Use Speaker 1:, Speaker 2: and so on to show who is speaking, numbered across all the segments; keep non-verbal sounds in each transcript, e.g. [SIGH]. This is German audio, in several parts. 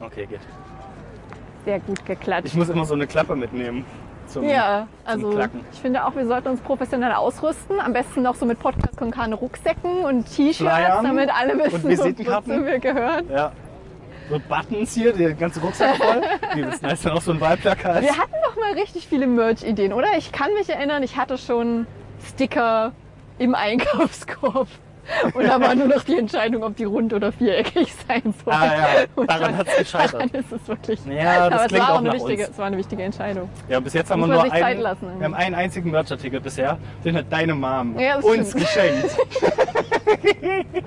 Speaker 1: Okay, geht.
Speaker 2: Sehr gut geklatscht.
Speaker 1: Ich muss immer so eine Klappe mitnehmen. Zum
Speaker 2: ja, also
Speaker 1: Klacken.
Speaker 2: ich finde auch, wir sollten uns professionell ausrüsten. Am besten noch so mit Podcast-Konkane Rucksäcken und T-Shirts,
Speaker 1: Flyern
Speaker 2: damit alle
Speaker 1: und
Speaker 2: wissen,
Speaker 1: Visitenkarten.
Speaker 2: wozu wir gehören.
Speaker 1: Ja. So Buttons hier, der ganze Rucksack
Speaker 2: [LAUGHS]
Speaker 1: voll. Wie das nice, dann auch so ein Wahlplakat.
Speaker 2: Wir hatten doch mal richtig viele Merch-Ideen, oder? Ich kann mich erinnern, ich hatte schon Sticker im Einkaufskorb. Und da war nur noch die Entscheidung, ob die rund oder viereckig sein sollen.
Speaker 1: Ah, ja.
Speaker 2: Und
Speaker 1: Daran
Speaker 2: dann-
Speaker 1: hat's gescheitert.
Speaker 2: Daran ist es wirklich.
Speaker 1: Ja, das
Speaker 2: Aber es
Speaker 1: klingt
Speaker 2: war
Speaker 1: auch
Speaker 2: eine
Speaker 1: nach
Speaker 2: wichtige,
Speaker 1: uns.
Speaker 2: es war eine wichtige Entscheidung.
Speaker 1: Ja, bis jetzt haben wir
Speaker 2: Muss
Speaker 1: nur
Speaker 2: man sich Zeit
Speaker 1: einen,
Speaker 2: lassen irgendwie.
Speaker 1: wir haben einen einzigen Merchartikel bisher, den hat deine Mom
Speaker 2: Ja, das
Speaker 1: uns
Speaker 2: stimmt.
Speaker 1: geschenkt.
Speaker 2: [LAUGHS]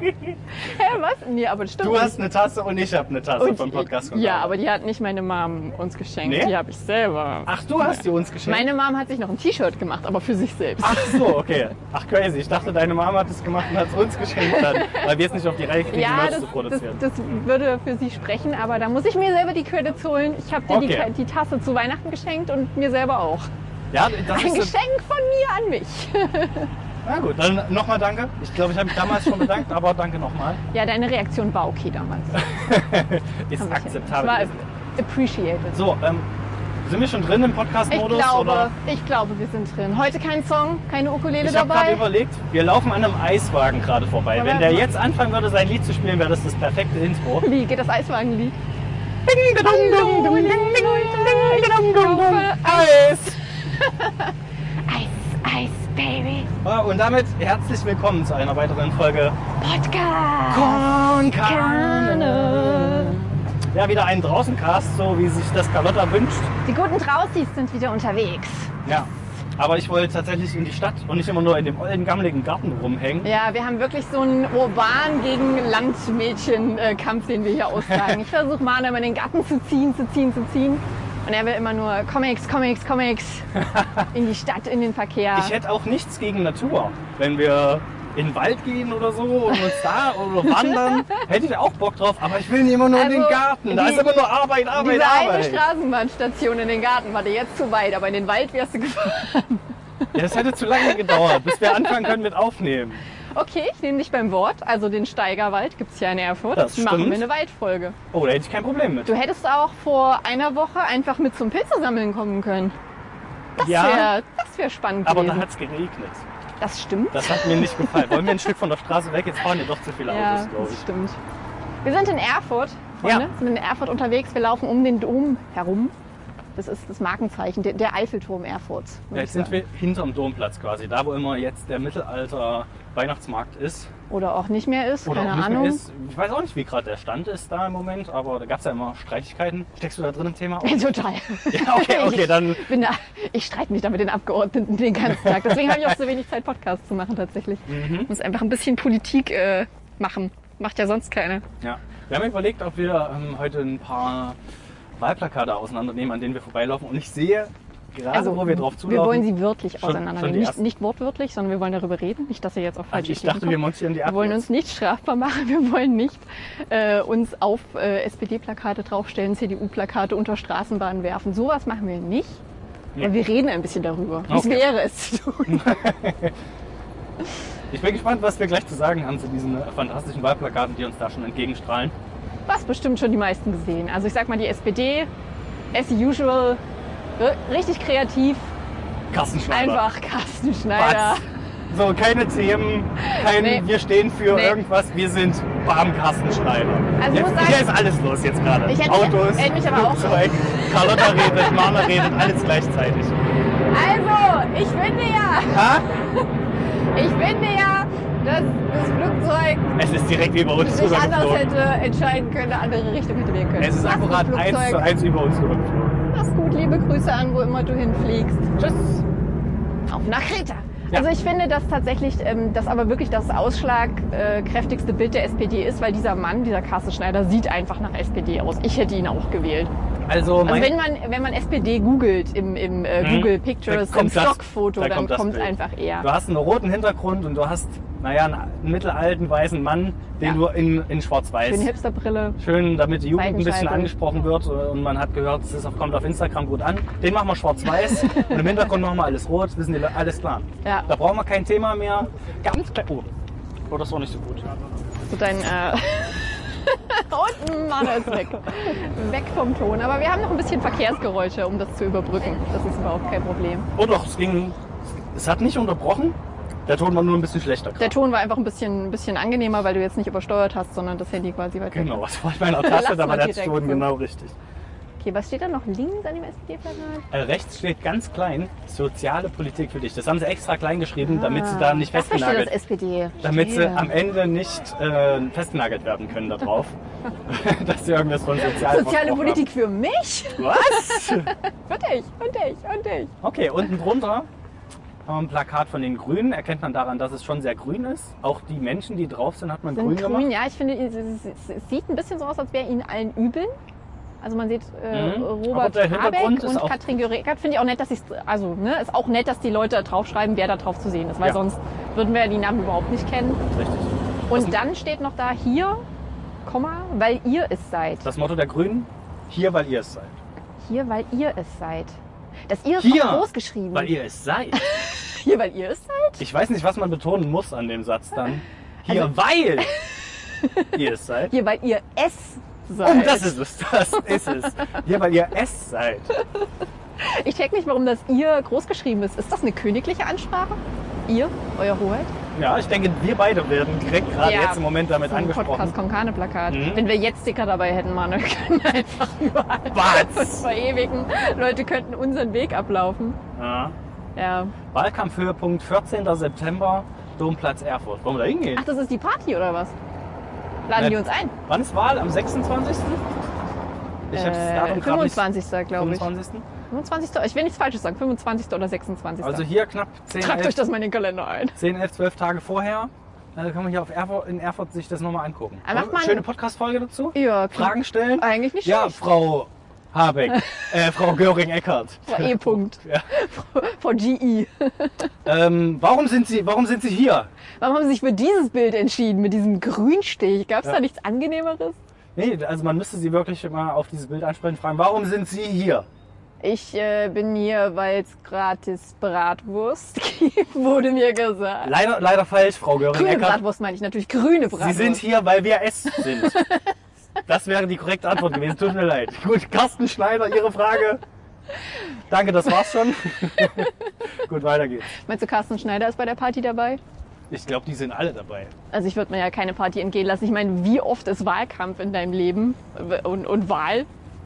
Speaker 2: Hä, was? Nee, aber das stimmt.
Speaker 1: Du hast eine Tasse und ich habe eine Tasse
Speaker 2: Und-
Speaker 1: vom Podcast.
Speaker 2: Ja, aber die hat nicht meine Mom uns geschenkt,
Speaker 1: Nee? Ah,
Speaker 2: die habe ich selber.
Speaker 1: Ach, du hast die uns geschenkt?
Speaker 2: Meine Mom hat sich noch ein T-Shirt gemacht, aber für sich selbst.
Speaker 1: Ach so, Ah, okay. Ach crazy, ich dachte, deine Mama hat es gemacht und hat es uns geschenkt dann, weil wir es nicht auf die Reihe kriegen,
Speaker 2: ja,
Speaker 1: Merch
Speaker 2: das,
Speaker 1: zu
Speaker 2: das,
Speaker 1: produzieren.
Speaker 2: das würde für sie sprechen, aber da muss ich mir selber die Credits holen. Ich habe dir die,
Speaker 1: Okay.
Speaker 2: Ka- die Tasse zu Weihnachten geschenkt und mir selber auch.
Speaker 1: ja, das
Speaker 2: Ein
Speaker 1: ist so,
Speaker 2: Geschenk von mir an mich.
Speaker 1: Na gut, dann nochmal danke. Ich glaube, ich habe mich damals schon bedankt, aber danke nochmal.
Speaker 2: Ja, deine Reaktion war okay damals.
Speaker 1: Ist
Speaker 2: Haben wir hin.
Speaker 1: akzeptabel.
Speaker 2: Es War appreciated.
Speaker 1: So, ähm, sind wir schon drin im
Speaker 2: Ich
Speaker 1: Podcast-Modus?
Speaker 2: glaube,
Speaker 1: oder?
Speaker 2: ich glaube, wir sind drin. Heute kein Song, keine Ukulele
Speaker 1: Ich habe gerade
Speaker 2: dabei.
Speaker 1: überlegt, wir laufen an einem Eiswagen gerade vorbei.
Speaker 2: Ja,
Speaker 1: Wenn
Speaker 2: warte
Speaker 1: der
Speaker 2: mal.
Speaker 1: jetzt anfangen würde, sein Lied zu spielen, wäre das das perfekte Intro.
Speaker 2: Wie geht das Eiswagenlied?
Speaker 1: Hallo,
Speaker 2: dum, ding,
Speaker 1: Leute,
Speaker 2: ding, dum, dum.
Speaker 1: Eis!
Speaker 2: Eis, [LAUGHS] Eis, Baby,
Speaker 1: Ah, Und damit herzlich willkommen zu einer weiteren Folge
Speaker 2: Podcast.
Speaker 1: Konkane. Ja, wieder einen Draußencast, so wie sich das Carlotta wünscht.
Speaker 2: Die guten Draußis sind wieder unterwegs.
Speaker 1: Ja. Aber ich wollte tatsächlich in die Stadt und nicht immer nur in dem ollen, gammeligen Garten rumhängen.
Speaker 2: Ja, wir haben wirklich so einen urban gegen Landmädchen-Kampf, den wir hier austragen. [LAUGHS] ich versuche Manu immer in den Garten zu ziehen, zu ziehen, zu ziehen. Und er will immer nur Comics, Comics, [LAUGHS] Comics in die Stadt, in den Verkehr.
Speaker 1: Ich hätte auch nichts gegen Natur. Wenn wir in den Wald gehen oder so und uns da oder
Speaker 2: [LAUGHS]
Speaker 1: wandern, hätte ich auch Bock drauf. Aber ich will nicht immer nur in den
Speaker 2: Also,
Speaker 1: Garten. Da
Speaker 2: die-
Speaker 1: ist immer nur Arbeit, Arbeit,
Speaker 2: Diese eine
Speaker 1: Arbeit.
Speaker 2: Straßenbahnstation in den Garten war dir jetzt zu weit, aber in den Wald wärst du gefahren.
Speaker 1: Ja, das hätte zu lange gedauert, bis wir anfangen können mit Aufnehmen.
Speaker 2: Okay, ich nehme dich beim Wort. Also den Steigerwald gibt's ja in Erfurt.
Speaker 1: Das
Speaker 2: Machen
Speaker 1: stimmt.
Speaker 2: wir eine Waldfolge.
Speaker 1: Oh, da hätte ich kein Problem mit.
Speaker 2: Du hättest auch vor einer Woche einfach mit zum Pilzesammeln kommen können.
Speaker 1: ja,
Speaker 2: Wär, das wäre spannend
Speaker 1: aber da
Speaker 2: gewesen.
Speaker 1: hat es geregnet.
Speaker 2: das stimmt.
Speaker 1: Das hat mir nicht gefallen. Wollen wir ein Stück von der Straße weg? Jetzt fahren hier doch zu viele
Speaker 2: ja,
Speaker 1: Autos, glaube ich.
Speaker 2: das stimmt. Wir sind in Erfurt,
Speaker 1: Ja.
Speaker 2: Freunde. Wir sind in Erfurt unterwegs. Wir laufen um den Dom herum. Das ist das Markenzeichen, der, der Eiffelturm Erfurts.
Speaker 1: Ja,
Speaker 2: würde ich
Speaker 1: Jetzt sind
Speaker 2: sagen.
Speaker 1: wir hinterm Domplatz quasi, da wo immer jetzt der Mittelalter-Weihnachtsmarkt ist.
Speaker 2: Oder auch nicht mehr ist,
Speaker 1: Oder
Speaker 2: keine
Speaker 1: auch nicht
Speaker 2: Ahnung.
Speaker 1: mehr ist. Ich weiß auch nicht, wie gerade der Stand ist da im Moment, aber da gab es ja immer Streitigkeiten. Steckst du da drin im Thema?
Speaker 2: [LAUGHS] Total.
Speaker 1: Ja, okay, okay, dann.
Speaker 2: Ich, bin da, ich streite mich da mit den Abgeordneten den ganzen Tag. Deswegen habe ich auch so wenig Zeit, Podcasts zu machen tatsächlich.
Speaker 1: Mhm.
Speaker 2: Ich muss einfach ein bisschen Politik äh, machen. Macht ja sonst keine.
Speaker 1: Ja. Wir haben überlegt, ob wir ähm, heute ein paar Wahlplakate auseinandernehmen, an denen wir vorbeilaufen. Und ich sehe gerade, wo wir drauf zulaufen.
Speaker 2: Also, Wir wollen sie wörtlich
Speaker 1: Schon- schon die
Speaker 2: auseinandernehmen. Nicht,
Speaker 1: ersten-
Speaker 2: nicht wortwörtlich, sondern wir wollen darüber reden. Nicht, dass ihr jetzt auf
Speaker 1: Ach,
Speaker 2: falsche
Speaker 1: Also, ich dachte, wir
Speaker 2: Ideen kommt.
Speaker 1: montieren die ab.
Speaker 2: wir wollen
Speaker 1: jetzt.
Speaker 2: uns nicht strafbar machen. Wir wollen nicht äh, uns auf äh, SPD-Plakate draufstellen, CDU-Plakate unter Straßenbahnen werfen. Sowas machen wir nicht.
Speaker 1: Nee.
Speaker 2: Aber wir reden ein bisschen darüber. Was
Speaker 1: Okay.
Speaker 2: wäre es zu tun?
Speaker 1: Ich bin gespannt, was wir gleich zu sagen haben zu diesen äh, fantastischen Wahlplakaten, die uns da schon entgegenstrahlen.
Speaker 2: was bestimmt schon die meisten gesehen. Also ich sag mal die SPD, as usual, r- richtig kreativ,
Speaker 1: Carsten Schneider.
Speaker 2: einfach Carsten Schneider.
Speaker 1: Was? So, keine Themen, kein
Speaker 2: Nee.
Speaker 1: wir stehen für
Speaker 2: Nee.
Speaker 1: irgendwas, wir sind Bam Carsten Schneider.
Speaker 2: Also ich
Speaker 1: jetzt,
Speaker 2: muss sagen-
Speaker 1: hier ist alles los jetzt gerade.
Speaker 2: Ich hätte mich-
Speaker 1: Autos,
Speaker 2: hätte mich aber auch-
Speaker 1: Flugzeug,
Speaker 2: [LAUGHS]
Speaker 1: Carlotta redet, Mama redet, alles gleichzeitig.
Speaker 2: Also, ich finde ja,
Speaker 1: Ha?
Speaker 2: [LAUGHS] ich finde ja, dass das Flugzeug
Speaker 1: Es ist direkt über uns
Speaker 2: sich anders
Speaker 1: rübergeflogen.
Speaker 2: hätte entscheiden können, eine andere Richtung hätte wählen können.
Speaker 1: Es ist
Speaker 2: Lass das
Speaker 1: akkurat eins zu
Speaker 2: Flugzeug.
Speaker 1: eins über uns rübergeflogen.
Speaker 2: Mach's gut, liebe Grüße an, wo immer du hinfliegst. Tschüss. Auf nach Kreta.
Speaker 1: Ja.
Speaker 2: Also ich finde, dass tatsächlich ähm, das aber wirklich das ausschlagkräftigste Bild der SPD ist, weil dieser Mann, dieser Carsten Schneider, sieht einfach nach SPD aus. Ich hätte ihn auch gewählt.
Speaker 1: Also,
Speaker 2: Also
Speaker 1: mein,
Speaker 2: wenn man, wenn man SPD googelt im, im äh,
Speaker 1: Mhm.
Speaker 2: Google
Speaker 1: Da
Speaker 2: Pictures, im
Speaker 1: kommt das-
Speaker 2: Stockfoto,
Speaker 1: da
Speaker 2: dann
Speaker 1: kommt das
Speaker 2: kommt
Speaker 1: Bild.
Speaker 2: einfach er.
Speaker 1: du hast einen roten Hintergrund und du hast, naja, einen mittelalten weißen Mann, den
Speaker 2: Ja.
Speaker 1: du in, in schwarz-weiß
Speaker 2: Schöne Hipsterbrille.
Speaker 1: Schön, damit die Jugend ein bisschen
Speaker 2: Seitenscheibe.
Speaker 1: angesprochen wird und man hat gehört, es ist auf- kommt auf Instagram gut an. Den machen wir
Speaker 2: [LAUGHS]
Speaker 1: schwarz-weiß und im Hintergrund machen wir alles rot, wissen die Le- alles klar.
Speaker 2: Ja.
Speaker 1: Da brauchen wir kein Thema mehr. Ganz klein. Oh, oh das war nicht so gut.
Speaker 2: So dein, äh, [LAUGHS] Und Mana ist weg. Weg vom Ton. Aber wir haben noch ein bisschen Verkehrsgeräusche, um das zu überbrücken. Das ist überhaupt kein Problem.
Speaker 1: Oh doch, es ging. Es hat nicht unterbrochen. Der Ton war nur ein bisschen schlechter.
Speaker 2: Der Ton war einfach ein bisschen, ein bisschen angenehmer, weil du jetzt nicht übersteuert hast, sondern das Handy quasi weit weg.
Speaker 1: Genau, das war bei einer Taste,
Speaker 2: Lass
Speaker 1: da war
Speaker 2: mal
Speaker 1: der
Speaker 2: direkt
Speaker 1: Ton
Speaker 2: so.
Speaker 1: genau richtig.
Speaker 2: Okay, was steht da noch links an dem SPD-Plakat?
Speaker 1: Äh, rechts steht ganz klein soziale Politik für dich. Das haben sie extra klein geschrieben, damit sie da nicht
Speaker 2: Ah, Das versteht
Speaker 1: festgenagelt
Speaker 2: das SPD.
Speaker 1: Damit sie
Speaker 2: Verstehe.
Speaker 1: am Ende nicht äh, festgenagelt werden können da
Speaker 2: [LAUGHS]
Speaker 1: drauf. dass sie irgendwas von sozial
Speaker 2: Soziale
Speaker 1: versprochen
Speaker 2: Politik für mich?
Speaker 1: Haben. Was?
Speaker 2: Für dich, und dich, und dich.
Speaker 1: Okay, unten drunter haben wir ein Plakat von den Grünen. Erkennt man daran, dass es schon sehr grün ist. Auch die Menschen, die drauf sind, hat man
Speaker 2: Sind
Speaker 1: grün,
Speaker 2: grün,
Speaker 1: gemacht.
Speaker 2: ja, ich finde, es, es, es sieht ein bisschen so aus, als wäre ihnen allen übel. Also man sieht äh,
Speaker 1: Mhm. Aber
Speaker 2: Robert
Speaker 1: der
Speaker 2: Habeck
Speaker 1: Hintergrund
Speaker 2: und
Speaker 1: ist auch-
Speaker 2: Katrin Göring-Eckert. Finde ich auch nett, dass sie also ne, ist auch nett, dass die Leute da draufschreiben, wer da drauf zu sehen ist, weil
Speaker 1: Ja.
Speaker 2: sonst würden wir ja die Namen überhaupt nicht kennen.
Speaker 1: Richtig.
Speaker 2: Und dann steht noch da hier, Komma, weil ihr es seid.
Speaker 1: Das Motto der Grünen, hier, weil ihr es seid.
Speaker 2: Hier, weil ihr es seid. Das ihr ist
Speaker 1: Hier,
Speaker 2: auch groß geschrieben.
Speaker 1: Weil ihr es seid.
Speaker 2: [LAUGHS] hier, weil ihr es seid.
Speaker 1: Ich weiß nicht, was man betonen muss an dem Satz dann. Hier,
Speaker 2: Also- [LAUGHS]
Speaker 1: weil ihr es seid.
Speaker 2: Hier, weil ihr es seid.
Speaker 1: Und Um das ist es, das ist es. Hier, weil ihr es seid.
Speaker 2: Ich check nicht, warum das ihr groß geschrieben ist. Ist das eine königliche Ansprache? Ihr, euer Hoheit?
Speaker 1: Ja, ich denke, wir beide werden direkt gerade
Speaker 2: Ja,
Speaker 1: jetzt im Moment damit
Speaker 2: Vom
Speaker 1: angesprochen.
Speaker 2: Podcast Konkane Plakat.
Speaker 1: Mhm.
Speaker 2: Wenn wir jetzt Sticker dabei hätten, Mann, wir [LAUGHS] können einfach überall uns
Speaker 1: Batz!
Speaker 2: verewigen. Leute könnten unseren Weg ablaufen.
Speaker 1: [LAUGHS] Ja.
Speaker 2: Ja.
Speaker 1: Wahlkampfhöhepunkt 14. September, Domplatz Erfurt. Wollen wir da hingehen?
Speaker 2: Ach, das ist die Party oder was? Laden
Speaker 1: Ne.
Speaker 2: die uns ein?
Speaker 1: Wann ist Wahl? Am 26.? Ich habe das
Speaker 2: Äh,
Speaker 1: Datum gerade nicht.
Speaker 2: 25. glaube ich.
Speaker 1: 25.
Speaker 2: 25. Ich will nichts Falsches sagen. 25. oder 26.
Speaker 1: Also hier knapp 10,
Speaker 2: Tragt euch
Speaker 1: 11,
Speaker 2: das mal in den Kalender ein.
Speaker 1: 10, 11 12 Tage vorher. Also kann man hier auf Erfurt, in Erfurt sich das nochmal angucken.
Speaker 2: Aber macht man-
Speaker 1: Schöne Podcast-Folge dazu.
Speaker 2: Ja, klingt
Speaker 1: Fragen stellen.
Speaker 2: Eigentlich nicht
Speaker 1: Ja,
Speaker 2: schlecht.
Speaker 1: Frau Habeck.
Speaker 2: [LAUGHS]
Speaker 1: äh, Frau Göring-Eckert.
Speaker 2: Frau E. Punkt.
Speaker 1: [LAUGHS] Ja.
Speaker 2: Frau GE.
Speaker 1: Ähm, warum, sind Sie, warum sind Sie hier?
Speaker 2: Warum haben Sie sich für dieses Bild entschieden, mit diesem Grünstich? Gab es
Speaker 1: Ja.
Speaker 2: da nichts Angenehmeres?
Speaker 1: Nee, also man müsste Sie wirklich mal auf dieses Bild ansprechen und fragen, warum sind Sie hier?
Speaker 2: Ich äh, bin hier, weil es gratis Bratwurst [LAUGHS] gibt, wurde mir gesagt.
Speaker 1: Leider, leider falsch, Frau
Speaker 2: Grüne
Speaker 1: Göring-Eckert.
Speaker 2: Bratwurst meine ich natürlich, grüne
Speaker 1: Sie
Speaker 2: Bratwurst.
Speaker 1: sind hier, weil wir es sind. Das wäre die korrekte Antwort gewesen. Tut mir leid. Gut, Carsten Schneider, Ihre Frage. Danke, das war's schon. Gut, weiter geht's.
Speaker 2: Meinst du, Carsten Schneider ist bei der Party dabei?
Speaker 1: Ich glaube, die sind alle dabei.
Speaker 2: Also ich würde mir ja keine Party entgehen lassen. Ich meine, wie oft ist Wahlkampf in deinem Leben und, und Wahl?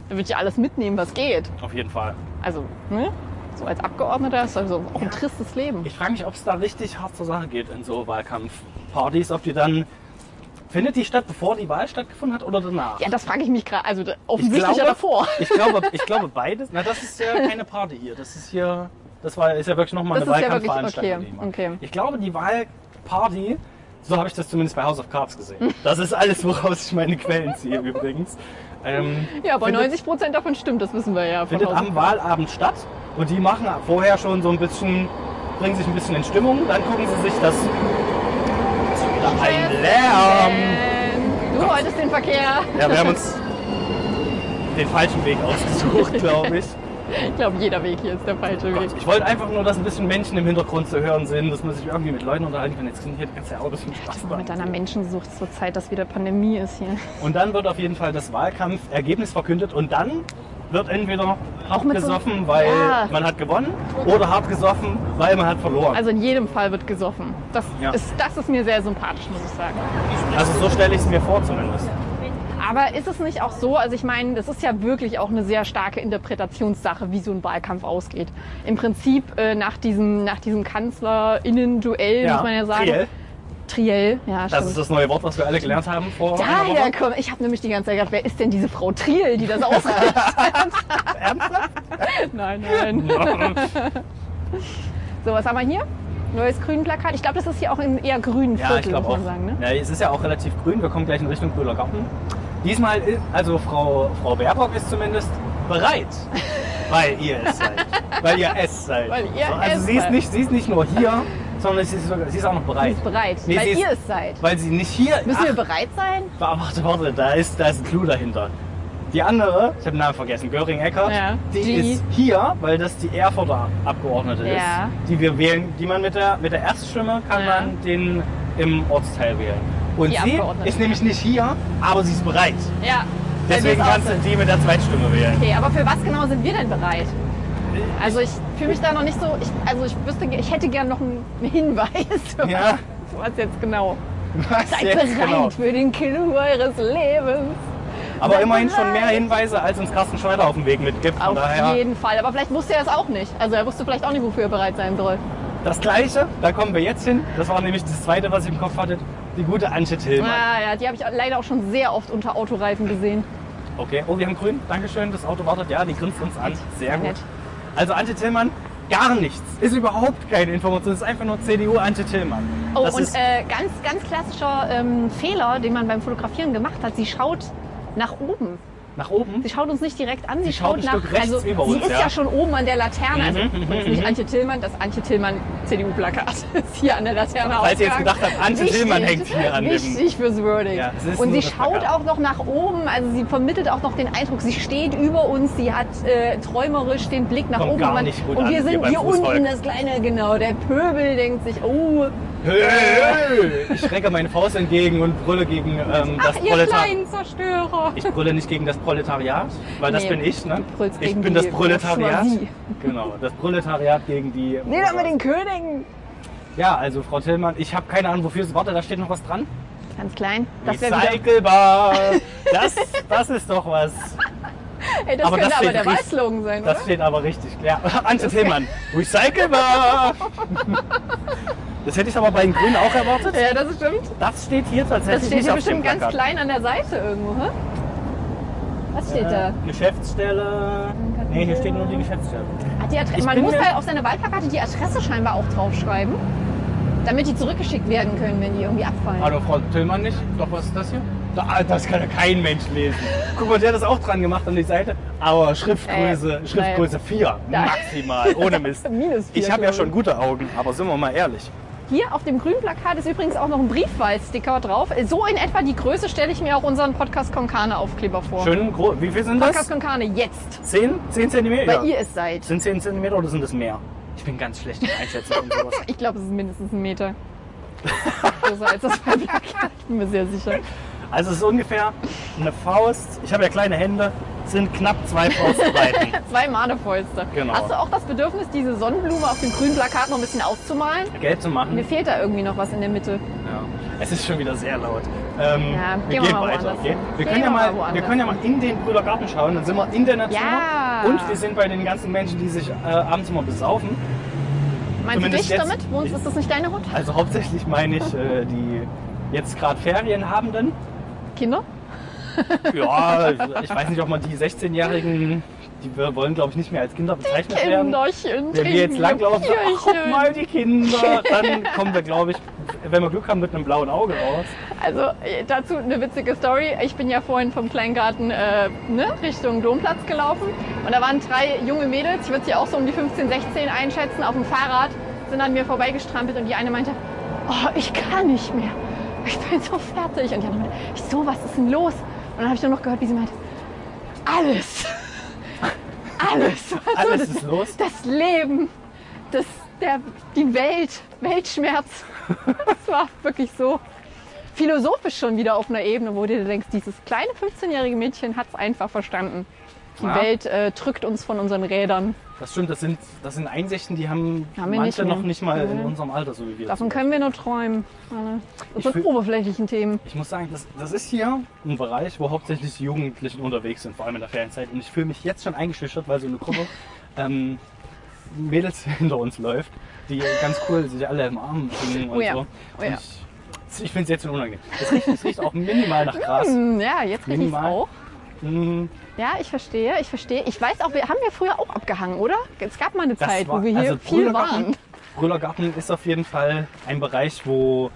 Speaker 2: Da wird ja alles mitnehmen, was geht.
Speaker 1: Auf jeden Fall.
Speaker 2: Also, ne? So als Abgeordneter ist also auch ein tristes Leben.
Speaker 1: Ich frage mich, ob es da richtig hart zur Sache geht in so Wahlkampfpartys, ob die dann. Findet die statt, bevor die Wahl stattgefunden hat oder danach?
Speaker 2: Ja, das frage ich mich gerade. Also da-
Speaker 1: Ich
Speaker 2: offensichtlich ja davor.
Speaker 1: Ich glaube, ich glaube beides. Na, das ist ja keine Party hier. Das ist hier, das war, ist ja wirklich nochmal
Speaker 2: Das
Speaker 1: eine
Speaker 2: ist ja wirklich-
Speaker 1: Wahlkampfveranstaltung.
Speaker 2: okay,
Speaker 1: die die machen.
Speaker 2: okay.
Speaker 1: Ich glaube, die Wahlparty, so habe ich das zumindest bei House of Cards gesehen. Das ist alles, woraus ich meine Quellen ziehe übrigens. Ähm,
Speaker 2: Ja, aber
Speaker 1: findet,
Speaker 2: 90 Prozent davon stimmt, das wissen wir ja. von
Speaker 1: findet
Speaker 2: außen.
Speaker 1: am Wahlabend statt und die machen vorher schon so ein bisschen, bringen sich ein bisschen in Stimmung. Dann gucken sie sich das. So wieder ein Lärm.
Speaker 2: Ähm, Du wolltest den Verkehr.
Speaker 1: Ja, wir haben uns den falschen Weg
Speaker 2: [LAUGHS]
Speaker 1: ausgesucht, glaube ich.
Speaker 2: Ich glaube, jeder Weg hier ist der falsche Weg.
Speaker 1: Oh Gott, ich wollte einfach nur, dass ein bisschen Menschen im Hintergrund zu hören sind, dass man sich irgendwie mit Leuten unterhalten kann. Jetzt sind hier die ganze Autos im
Speaker 2: Mit deiner
Speaker 1: Straßenbahn.
Speaker 2: Menschensucht zur Zeit, dass wieder Pandemie ist hier.
Speaker 1: Und dann wird auf jeden Fall das Wahlkampfergebnis verkündet und dann wird entweder hart
Speaker 2: mit so-
Speaker 1: gesoffen, weil
Speaker 2: Ja.
Speaker 1: man hat gewonnen oder hart gesoffen, weil man hat verloren.
Speaker 2: Also in jedem Fall wird gesoffen. Das,
Speaker 1: Ja.
Speaker 2: ist, das ist mir sehr sympathisch, muss ich sagen.
Speaker 1: Also so stelle ich es mir vor zumindest.
Speaker 2: Aber ist es nicht auch so, also ich meine, das ist ja wirklich auch eine sehr starke Interpretationssache, wie so ein Wahlkampf ausgeht. Im Prinzip äh, nach diesem, nach diesem Kanzlerinnen-Duell, muss man ja sagen.
Speaker 1: Triell,
Speaker 2: Triell, ja,
Speaker 1: das ist das neue Wort, was wir alle gelernt haben vor einer
Speaker 2: Daher
Speaker 1: Woche.
Speaker 2: kommt, ich habe nämlich die ganze Zeit gedacht, wer ist denn diese Frau Triel, die das ausrichtet?
Speaker 1: [LAUGHS] Ernsthaft?
Speaker 2: [LAUGHS] nein, nein. So, was haben wir hier? Neues Grünplakat. Ich glaube, das ist hier auch im eher grünen
Speaker 1: Ja,
Speaker 2: Viertel,
Speaker 1: ich glaube
Speaker 2: muss
Speaker 1: auch.
Speaker 2: man sagen. Ne?
Speaker 1: Ja, es ist ja auch relativ grün. Wir kommen gleich in Richtung Brühler Garten. Diesmal, ist, also Frau, Frau Baerbock ist zumindest
Speaker 2: [LAUGHS]
Speaker 1: bereit, weil ihr es seid. Weil ihr es seid.
Speaker 2: Weil ihr
Speaker 1: So, also
Speaker 2: es
Speaker 1: sie, ist
Speaker 2: seid.
Speaker 1: nicht, sie ist nicht nur hier, sondern sie ist, sogar, sie ist auch noch
Speaker 2: Sie
Speaker 1: bereit.
Speaker 2: ist bereit,
Speaker 1: Nee,
Speaker 2: weil
Speaker 1: sie ist-
Speaker 2: ihr es seid.
Speaker 1: Weil sie nicht hier
Speaker 2: Müssen wir
Speaker 1: Ach,
Speaker 2: bereit sein?
Speaker 1: wa- warte, warte, da ist, da ist ein Clou dahinter. Die andere, ich habe den Namen vergessen, Göring-Eckert,
Speaker 2: Ja.
Speaker 1: die,
Speaker 2: Die-
Speaker 1: ist hier, weil das die Erfurter Abgeordnete
Speaker 2: Ja.
Speaker 1: ist, die wir wählen, die man mit der, mit der Erststimme kann
Speaker 2: Ja.
Speaker 1: man den im Ortsteil wählen. Und
Speaker 2: Die
Speaker 1: sie
Speaker 2: Abgeordnete.
Speaker 1: ist nämlich nicht hier, aber sie ist bereit.
Speaker 2: Ja. weil wir
Speaker 1: Deswegen
Speaker 2: es auch
Speaker 1: kannst du
Speaker 2: sind.
Speaker 1: die mit der Zweitstimme
Speaker 2: [LAUGHS]
Speaker 1: wählen.
Speaker 2: Okay, aber für was genau sind wir denn bereit? Also ich fühle mich da noch nicht so, ich, also ich wüsste, ge- ich hätte gern noch einen Hinweis. [LAUGHS]
Speaker 1: Ja.
Speaker 2: Was jetzt genau?
Speaker 1: Was
Speaker 2: Seid
Speaker 1: jetzt
Speaker 2: bereit
Speaker 1: genau?
Speaker 2: für den Kilo eures Lebens.
Speaker 1: Aber
Speaker 2: Seid
Speaker 1: immerhin schon
Speaker 2: bereit.
Speaker 1: mehr Hinweise, als uns Carsten Schneider auf dem Weg mitgibt. Von
Speaker 2: Auf
Speaker 1: daher
Speaker 2: jeden Fall. Aber vielleicht wusste er es auch nicht. Also er wusste vielleicht auch nicht, wofür er bereit sein soll.
Speaker 1: das Gleiche, da kommen wir jetzt hin. Das war nämlich das Zweite, was ich im Kopf hatte. Die gute Antje Tillmann.
Speaker 2: Ah, ja, die habe ich leider auch schon sehr oft unter Autoreifen gesehen.
Speaker 1: Okay, oh, wir haben grün. Dankeschön, das Auto wartet. Ja, die grinst uns an. Sehr gut.
Speaker 2: nett.
Speaker 1: Also Antje Tillmann, gar nichts. Ist überhaupt keine Information. Es ist einfach nur CDU Antje Tillmann.
Speaker 2: Oh,
Speaker 1: das
Speaker 2: und
Speaker 1: ist,
Speaker 2: äh, ganz, ganz klassischer ähm, Fehler, den man beim Fotografieren gemacht hat. Sie schaut nach oben.
Speaker 1: nach oben.
Speaker 2: Sie schaut uns nicht direkt an, sie,
Speaker 1: schaut
Speaker 2: schaut,
Speaker 1: ein
Speaker 2: nach.
Speaker 1: Stück rechts
Speaker 2: also
Speaker 1: über
Speaker 2: sie
Speaker 1: uns,
Speaker 2: ist
Speaker 1: ja.
Speaker 2: ja. schon oben an der Laterne. Also
Speaker 1: Mhm, mhm,
Speaker 2: das ist nicht Antje Tillmann, das Antje Tillmann CDU-Plakat [LAUGHS] ist hier an der Laterne.
Speaker 1: Falls ihr jetzt gedacht habt, Antje
Speaker 2: Wichtig,
Speaker 1: Tillmann hängt hier an dem-
Speaker 2: Wichtig fürs Wording.
Speaker 1: Ja, es ist
Speaker 2: und
Speaker 1: nur
Speaker 2: sie
Speaker 1: das
Speaker 2: schaut
Speaker 1: Plakat.
Speaker 2: auch noch nach oben, also sie vermittelt auch noch den Eindruck, sie steht über uns, sie hat äh, träumerisch den Blick nach
Speaker 1: Kommt
Speaker 2: oben.
Speaker 1: gar
Speaker 2: gewandt.
Speaker 1: nicht gut
Speaker 2: und
Speaker 1: an,
Speaker 2: wir
Speaker 1: hier
Speaker 2: sind
Speaker 1: beim
Speaker 2: hier
Speaker 1: Fußvolk.
Speaker 2: unten, das kleine, genau, der Pöbel denkt sich, oh,
Speaker 1: Hey! Ich recke meine Faust entgegen und brülle gegen ähm, das
Speaker 2: ach, ihr
Speaker 1: Proletariat.
Speaker 2: kleinen Zerstörer.
Speaker 1: Ich brülle nicht gegen das Proletariat, weil das
Speaker 2: Nee,
Speaker 1: bin ich, ne?
Speaker 2: du brüllst
Speaker 1: Ich
Speaker 2: gegen
Speaker 1: bin
Speaker 2: die
Speaker 1: das Proletariat.
Speaker 2: [LAUGHS] Bourgeoisie.
Speaker 1: Genau, das Proletariat gegen die.
Speaker 2: Nieder mit den Königen.
Speaker 1: Ja, also Frau Tillmann, ich habe keine Ahnung, wofür es Warte, da steht noch was dran.
Speaker 2: Ganz klein. Das wäre wieder
Speaker 1: Recycelbar. Das, das ist doch was.
Speaker 2: Ey, das
Speaker 1: Aber
Speaker 2: könnte
Speaker 1: das
Speaker 2: aber
Speaker 1: steht
Speaker 2: der
Speaker 1: richtig-
Speaker 2: Wahlslogan sein,
Speaker 1: Das
Speaker 2: oder?
Speaker 1: steht aber richtig klar. [LAUGHS] Antje Tillmann, recycelbar. Das hätte ich aber bei den Grünen auch erwartet.
Speaker 2: Ja, das stimmt.
Speaker 1: Das steht hier tatsächlich
Speaker 2: Das steht
Speaker 1: nicht
Speaker 2: hier
Speaker 1: auf dem
Speaker 2: bestimmt ganz
Speaker 1: Plakat.
Speaker 2: klein an der Seite irgendwo, hä? Was steht da?
Speaker 1: Äh, Geschäftsstelle. Nee, hier steht nur die Geschäftsstelle.
Speaker 2: Hat die Adre-
Speaker 1: ich
Speaker 2: Man
Speaker 1: bin
Speaker 2: muss
Speaker 1: mir-
Speaker 2: halt auf seine Wahlplakate die Adresse scheinbar auch draufschreiben, damit die zurückgeschickt werden können, wenn die irgendwie abfallen.
Speaker 1: Hallo Frau Tillmann nicht? Doch, was ist das hier? Da- ah, Das kann ja kein Mensch lesen. Guck mal, der hat das auch dran gemacht an die Seite. Aber Schriftgröße,
Speaker 2: Äh,
Speaker 1: Schriftgröße 4
Speaker 2: Da-
Speaker 1: maximal,
Speaker 2: [LAUGHS]
Speaker 1: ohne Mist.
Speaker 2: Minus vier,
Speaker 1: ich habe ja
Speaker 2: glaube
Speaker 1: schon gute Augen, aber sind wir mal ehrlich.
Speaker 2: Hier auf dem grünen Plakat ist übrigens auch noch ein Briefwahlsticker drauf. So in etwa die Größe stelle ich mir auch unseren Podcast Konkane Aufkleber vor.
Speaker 1: Schön groß. Wie viel sind das?
Speaker 2: Podcast Konkane jetzt,
Speaker 1: 10? 10 Zentimeter?
Speaker 2: weil ihr es seid.
Speaker 1: Sind 10 Zentimeter oder sind das mehr? Ich bin ganz schlecht in Einschätzung und sowas.
Speaker 2: Ich glaube, es ist mindestens ein Meter. [LAUGHS] Größer als das Wahlplakat, ich bin mir sehr sicher.
Speaker 1: [LAUGHS] Also es ist ungefähr eine Faust. Ich habe ja kleine Hände. Sind knapp zwei Faustbreiten. [LAUGHS]
Speaker 2: [LAUGHS] Zwei Madefäuste.
Speaker 1: Genau.
Speaker 2: Hast du auch das Bedürfnis, diese Sonnenblume auf dem grünen Plakat noch ein bisschen auszumalen?
Speaker 1: Geld zu machen.
Speaker 2: Mir fehlt da irgendwie noch was in der Mitte.
Speaker 1: Ja. Es ist schon wieder sehr laut. Ähm,
Speaker 2: Ja,
Speaker 1: wir
Speaker 2: gehen wir
Speaker 1: gehen
Speaker 2: mal
Speaker 1: weiter,
Speaker 2: woanders
Speaker 1: okay?
Speaker 2: hin.
Speaker 1: Wir
Speaker 2: Gehen
Speaker 1: können, ja
Speaker 2: wir mal
Speaker 1: mal, wir
Speaker 2: woanders
Speaker 1: können ja mal in den Brüder Garten schauen, dann sind wir in der Natur
Speaker 2: Ja.
Speaker 1: und wir sind bei den ganzen Menschen, die sich äh, abends mal besaufen.
Speaker 2: Meinst
Speaker 1: Zumindest
Speaker 2: du dich
Speaker 1: jetzt.
Speaker 2: damit? Wo uns ist das nicht deine Hut?
Speaker 1: Also hauptsächlich meine ich äh, die jetzt gerade Ferien habenden.
Speaker 2: Kinder?
Speaker 1: Ja, ich weiß nicht, ob man die 16-Jährigen, die wir wollen glaube ich nicht mehr als Kinder bezeichnet werden.
Speaker 2: Kinderchen.
Speaker 1: Wenn wir jetzt langlaufen, so, ach, guck
Speaker 2: Tierchen.
Speaker 1: mal die
Speaker 2: [LAUGHS]
Speaker 1: Kinder, dann kommen wir glaube ich, wenn wir Glück haben, mit einem blauen Auge raus.
Speaker 2: Also äh, dazu eine witzige Story. Ich bin ja vorhin vom Kleingarten äh, ne, Richtung Domplatz gelaufen und da waren drei junge Mädels, ich würde sie auch so um die 15, 16 einschätzen, auf dem Fahrrad, sind an mir vorbeigestrampelt und die eine meinte, oh, ich kann nicht mehr, ich bin so fertig. Und die andere meinte, wieso, was ist denn los? Und dann habe ich nur noch gehört, wie sie meinte, alles, alles, was
Speaker 1: Alles
Speaker 2: das,
Speaker 1: ist los.
Speaker 2: das Leben, das, der, die Welt, Weltschmerz.
Speaker 1: [LAUGHS]
Speaker 2: Das war wirklich so philosophisch schon wieder auf einer Ebene, wo du dir denkst, dieses kleine 15-jährige Mädchen hat es einfach verstanden. Die
Speaker 1: Ja.
Speaker 2: Welt äh, drückt uns von unseren Rädern.
Speaker 1: Das stimmt, das sind, das sind Einsichten, die haben,
Speaker 2: Haben wir
Speaker 1: manche
Speaker 2: nicht mehr.
Speaker 1: noch nicht mal in
Speaker 2: Nee.
Speaker 1: unserem Alter, so wie wir.
Speaker 2: Davon können wir nur träumen. Anne. Das
Speaker 1: fühl-
Speaker 2: sind oberflächlichen Themen.
Speaker 1: Ich muss sagen, das, das ist hier ein Bereich, wo hauptsächlich die Jugendlichen unterwegs sind, vor allem in der Ferienzeit. Und ich fühle mich jetzt schon eingeschüchtert, weil so eine
Speaker 2: [LAUGHS]
Speaker 1: Gruppe ähm, Mädels [LAUGHS] hinter uns läuft, die ganz cool sich alle im Arm hängen und
Speaker 2: Oh ja.
Speaker 1: so.
Speaker 2: Oh
Speaker 1: Und
Speaker 2: ja.
Speaker 1: ich ich finde es jetzt schon unangenehm. Es riecht, es riecht auch minimal nach Gras.
Speaker 2: Hm, Ja, jetzt rieche ich
Speaker 1: Minimal.
Speaker 2: auch.
Speaker 1: Mm,
Speaker 2: Ja, ich verstehe, ich verstehe. Ich weiß auch, wir haben wir früher auch abgehangen, oder? Es gab mal eine
Speaker 1: das
Speaker 2: Zeit,
Speaker 1: war-
Speaker 2: wo wir hier
Speaker 1: also
Speaker 2: viel
Speaker 1: Brühlergarten-
Speaker 2: waren.
Speaker 1: Brühlergarten ist auf jeden Fall ein Bereich, wo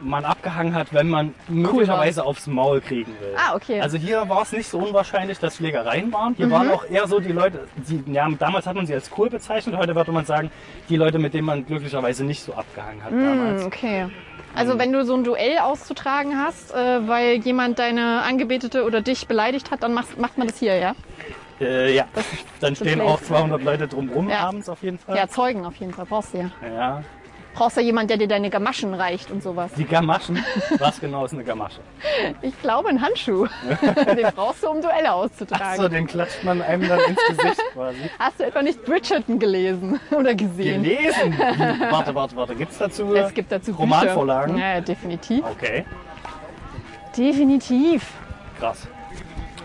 Speaker 1: man abgehangen hat, wenn man möglicherweise aufs Maul kriegen will.
Speaker 2: Ah, okay. Mhm.
Speaker 1: Also hier war es nicht so unwahrscheinlich, dass Schlägereien waren. Hier waren auch eher so die Leute, die, ja, damals hat man sie als cool bezeichnet, heute würde man sagen, die Leute, mit denen man glücklicherweise nicht so abgehangen hat
Speaker 2: Hm,
Speaker 1: damals.
Speaker 2: Okay. Also wenn du so ein Duell auszutragen hast, äh, weil jemand deine Angebetete oder dich beleidigt hat, dann macht, macht man das hier, ja?
Speaker 1: Äh, ja, dann stehen
Speaker 2: place.
Speaker 1: auch 200 Leute drumrum
Speaker 2: Ja.
Speaker 1: abends auf jeden Fall.
Speaker 2: Ja, Zeugen auf jeden Fall, brauchst du ja.
Speaker 1: Ja.
Speaker 2: brauchst ja jemand, der dir deine Gamaschen reicht und sowas.
Speaker 1: Die Gamaschen, was genau ist eine Gamasche?
Speaker 2: Ich glaube, ein
Speaker 1: [LAUGHS]
Speaker 2: Handschuh. Den brauchst du, um Duelle auszutragen.
Speaker 1: Achso, den klatscht man einem dann ins
Speaker 2: [LAUGHS]
Speaker 1: Gesicht quasi.
Speaker 2: Hast du etwa nicht Bridgerton gelesen [LAUGHS] oder gesehen?
Speaker 1: Gelesen!
Speaker 2: [LAUGHS]
Speaker 1: Warte, warte, warte. Gibt's dazu? äh,
Speaker 2: es gibt dazu Bücher.
Speaker 1: Romanvorlagen.
Speaker 2: Ja, ja, definitiv.
Speaker 1: Okay,
Speaker 2: Definitiv.
Speaker 1: krass.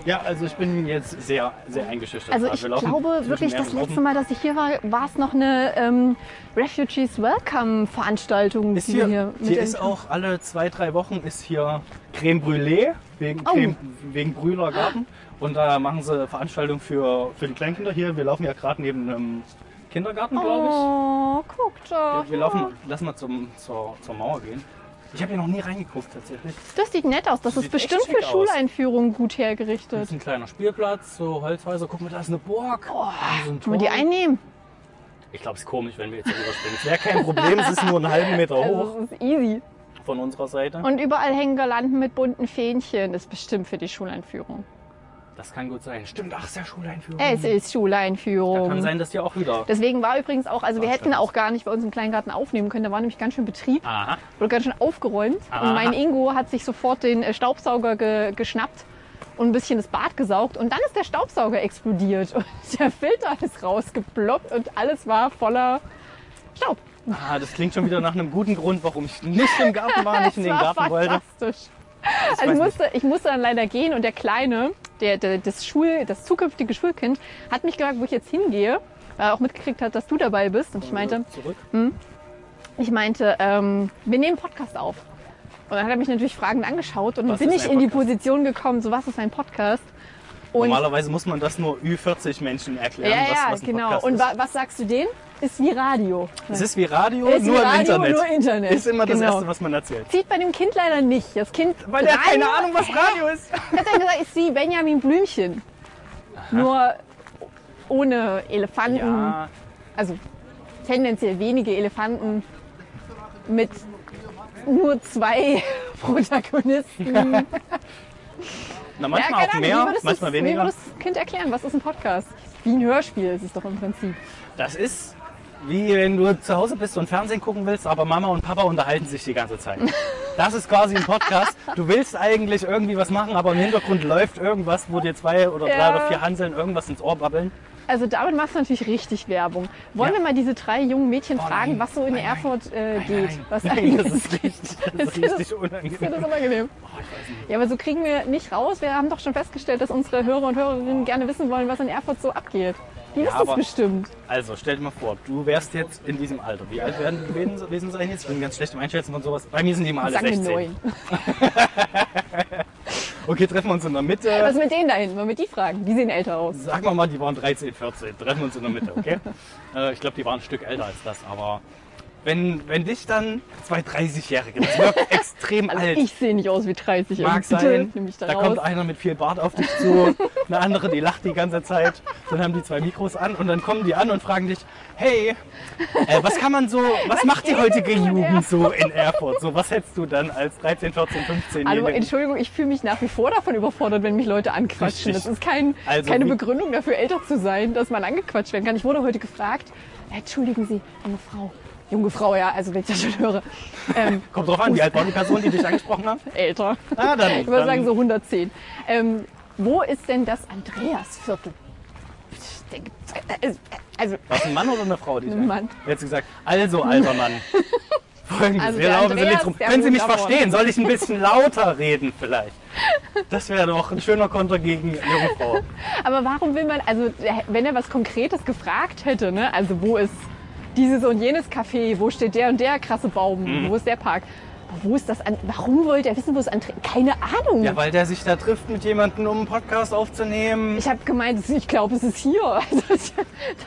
Speaker 1: Ja, also ich bin jetzt sehr, sehr eingeschüchtert.
Speaker 2: Also ich
Speaker 1: wir laufen
Speaker 2: glaube
Speaker 1: zwischen
Speaker 2: wirklich, das
Speaker 1: mehreren
Speaker 2: letzte
Speaker 1: Wochen.
Speaker 2: Mal, dass ich hier war, war es noch eine ähm, Refugees Welcome Veranstaltung,
Speaker 1: Ist
Speaker 2: die
Speaker 1: hier,
Speaker 2: wir hier
Speaker 1: hier, ist auch alle zwei, drei Wochen ist hier Creme Brûlée wegen,
Speaker 2: Oh.
Speaker 1: Creme, wegen Brühler Garten. Und da machen sie Veranstaltungen für, für die Kleinkinder hier. Wir laufen ja gerade neben einem Kindergarten, glaube ich.
Speaker 2: Oh, guck
Speaker 1: Ja,
Speaker 2: doch.
Speaker 1: wir laufen, lass mal zum, zur, zur Mauer gehen. Ich habe hier noch nie reingeguckt tatsächlich.
Speaker 2: Das sieht nett aus. Das
Speaker 1: Sieht
Speaker 2: ist bestimmt
Speaker 1: echt schick
Speaker 2: für
Speaker 1: aus.
Speaker 2: Schuleinführungen gut
Speaker 1: Das
Speaker 2: hergerichtet.
Speaker 1: ist ein kleiner Spielplatz, so Holzhäuser. Guck mal, da ist eine Burg. Oh,
Speaker 2: Können wir die einnehmen?
Speaker 1: Ich glaube, es ist komisch, wenn wir jetzt hier überspringen. Es wäre kein Problem, es ist nur einen halben Meter hoch
Speaker 2: Also, das ist easy.
Speaker 1: von unserer Seite.
Speaker 2: Und überall hängen Girlanden mit bunten Fähnchen. Das ist bestimmt für die Schuleinführung.
Speaker 1: Das kann gut sein. Stimmt, ach, ist ja Schuleinführung.
Speaker 2: Es ist eh-
Speaker 1: Da Hm. kann
Speaker 2: Schuleinführung.
Speaker 1: sein, dass die auch wieder.
Speaker 2: Deswegen war übrigens auch, also wir
Speaker 1: Ach,
Speaker 2: hätten
Speaker 1: stimmt.
Speaker 2: auch gar nicht bei uns im Kleingarten aufnehmen können. Da war nämlich ganz schön Betrieb.
Speaker 1: Aha.
Speaker 2: Wurde ganz schön aufgeräumt.
Speaker 1: Aha.
Speaker 2: Und mein Ingo hat sich sofort den äh, Staubsauger ge geschnappt und ein bisschen das Bad gesaugt. Und dann ist der Staubsauger explodiert und [LAUGHS] der Filter ist rausgeploppt und alles war voller Staub.
Speaker 1: Ah, das klingt schon wieder nach einem guten Grund, warum ich nicht im Garten war, nicht in
Speaker 2: Es
Speaker 1: den
Speaker 2: war
Speaker 1: Garten wollte.
Speaker 2: fantastisch.
Speaker 1: Ich weiß
Speaker 2: Also ich
Speaker 1: nicht.
Speaker 2: musste, ich musste dann leider gehen und der Kleine, der, der, das, Schul, das zukünftige Schulkind, hat mich gefragt, wo ich jetzt hingehe, weil er auch mitgekriegt hat, dass du dabei bist. Und ich meinte,
Speaker 1: Zurück.
Speaker 2: ich meinte, ähm, wir nehmen Podcast auf. Und dann hat er mich natürlich fragend angeschaut und dann
Speaker 1: Was
Speaker 2: bin
Speaker 1: ist
Speaker 2: ich
Speaker 1: ein
Speaker 2: in die
Speaker 1: Podcast?
Speaker 2: Position gekommen, so was ist ein Podcast? Und
Speaker 1: Normalerweise muss man das nur Ü40 Menschen
Speaker 2: ja,
Speaker 1: erklären,
Speaker 2: ja,
Speaker 1: was, was ein
Speaker 2: genau.
Speaker 1: Podcast
Speaker 2: und
Speaker 1: ist.
Speaker 2: wa was sagst du denen? Ist wie Radio.
Speaker 1: Es ist wie Radio,
Speaker 2: Ist wie
Speaker 1: nur im
Speaker 2: Radio,
Speaker 1: Internet.
Speaker 2: nur Internet.
Speaker 1: Ist immer das
Speaker 2: Genau.
Speaker 1: Erste, was man erzählt.
Speaker 2: Sieht bei dem Kind leider nicht. Das Kind
Speaker 1: Weil der hat keine
Speaker 2: Radio-
Speaker 1: Ahnung, was Radio ist.
Speaker 2: hat er gesagt, ist wie Benjamin Blümchen. Nur ohne Elefanten.
Speaker 1: Ja,
Speaker 2: Also tendenziell wenige Elefanten mit nur zwei [LAUGHS] Protagonisten. Ja,
Speaker 1: na, manchmal
Speaker 2: keine
Speaker 1: auch
Speaker 2: Ahnung, wie
Speaker 1: mehr,
Speaker 2: würdest
Speaker 1: manchmal
Speaker 2: du's- Wie
Speaker 1: weniger.
Speaker 2: würdest du das Kind erklären? Was ist ein Podcast? Wie ein Hörspiel ist es doch im Prinzip.
Speaker 1: Das ist wie wenn du zu Hause bist und Fernsehen gucken willst, aber Mama und Papa unterhalten sich die ganze
Speaker 2: [LAUGHS]
Speaker 1: Zeit. Das ist quasi ein Podcast. Du willst eigentlich irgendwie was machen, aber im Hintergrund läuft irgendwas, wo dir zwei oder drei
Speaker 2: Ja.
Speaker 1: oder vier Hanseln irgendwas ins Ohr babbeln.
Speaker 2: Also damit machst du natürlich richtig Werbung. Wollen
Speaker 1: Ja.
Speaker 2: wir mal diese drei jungen Mädchen
Speaker 1: Oh,
Speaker 2: fragen,
Speaker 1: nein.
Speaker 2: was so in
Speaker 1: Nein, nein.
Speaker 2: Erfurt äh, geht?
Speaker 1: Nein,
Speaker 2: Was
Speaker 1: nein, das
Speaker 2: [LAUGHS]
Speaker 1: ist Oh, richtig, das ist
Speaker 2: Ist das-
Speaker 1: richtig
Speaker 2: Ich finde
Speaker 1: unangenehm.
Speaker 2: das unangenehm. Ja, aber so kriegen wir nicht raus. Wir haben doch schon festgestellt, dass unsere Hörer und Hörerinnen gerne wissen wollen, was in Erfurt so abgeht. Die wissen es
Speaker 1: aber-
Speaker 2: bestimmt.
Speaker 1: Also, stell dir mal vor, du wärst jetzt in diesem Alter. Wie alt werden die gewesen- gewesen sein jetzt? Ich bin ganz schlecht im Einschätzen von sowas. Bei mir sind die immer alle
Speaker 2: Sagen wir
Speaker 1: 16.
Speaker 2: neun.
Speaker 1: Okay, treffen wir uns in der Mitte.
Speaker 2: Äh, Was mit denen da hinten? Wollen wir die fragen? Die sehen älter aus.
Speaker 1: Sagen wir mal, die waren 13, 14. Treffen wir uns in der Mitte, okay? [LAUGHS] äh, ich glaube, die waren ein Stück älter als das, aber wenn, wenn dich dann zwei 30-Jährige, das wirkt
Speaker 2: [LAUGHS]
Speaker 1: extrem
Speaker 2: Also
Speaker 1: alt.
Speaker 2: ich sehe nicht aus wie 30. [LAUGHS]
Speaker 1: Mag
Speaker 2: also bitte
Speaker 1: sein,
Speaker 2: nimm mich da,
Speaker 1: da
Speaker 2: raus.
Speaker 1: kommt einer mit viel Bart auf dich zu, eine andere, die lacht die ganze Zeit, dann haben die zwei Mikros an und dann kommen die an und fragen dich, hey, äh, was kann man so, was, macht die heutige
Speaker 2: denn so in
Speaker 1: Jugend so in Erfurt? So, was hättest du dann als 13, 14, 15
Speaker 2: Hallo,
Speaker 1: jährige
Speaker 2: Entschuldigung, ich fühle mich nach wie vor davon überfordert, wenn mich Leute anquatschen.
Speaker 1: Richtig.
Speaker 2: Das ist kein,
Speaker 1: Also
Speaker 2: keine
Speaker 1: wie-
Speaker 2: Begründung dafür, älter zu sein, dass man angequatscht werden kann. Ich wurde heute gefragt, entschuldigen Sie, junge Frau, junge Frau, ja, also wenn ich das schon höre, ähm,
Speaker 1: [LAUGHS] Kommt drauf an, wie alt war die Person, die dich angesprochen
Speaker 2: [LAUGHS]
Speaker 1: hat?
Speaker 2: älter.
Speaker 1: Ah, dann,
Speaker 2: Ich würde
Speaker 1: dann-
Speaker 2: sagen so 110. Ähm, wo ist denn das Andreasviertel? Ich denke, also, also
Speaker 1: Was, ein Mann oder eine Frau? Die
Speaker 2: Ein Mann.
Speaker 1: Jetzt gesagt, also alter
Speaker 2: [LAUGHS]
Speaker 1: Mann. Folgendes,
Speaker 2: Also
Speaker 1: wir
Speaker 2: der
Speaker 1: laufen Sie
Speaker 2: Andreas,
Speaker 1: nicht rum.
Speaker 2: der
Speaker 1: Können Sie mich
Speaker 2: Blutabauer.
Speaker 1: verstehen? Soll ich ein bisschen lauter reden vielleicht? Das wäre doch ein schöner Konter gegen junge Frau.
Speaker 2: aber warum will man, also wenn er was Konkretes gefragt hätte, ne? also wo ist dieses und jenes Café, wo steht der und der krasse
Speaker 1: Mhm.
Speaker 2: Baum, wo ist der Park? Aber Wo ist das? An Warum wollte er wissen, wo es an? Keine Ahnung.
Speaker 1: Ja, weil der sich da trifft mit jemandem, um einen Podcast aufzunehmen.
Speaker 2: ich habe gemeint, es- ich glaube, es ist hier. [LAUGHS] Also ich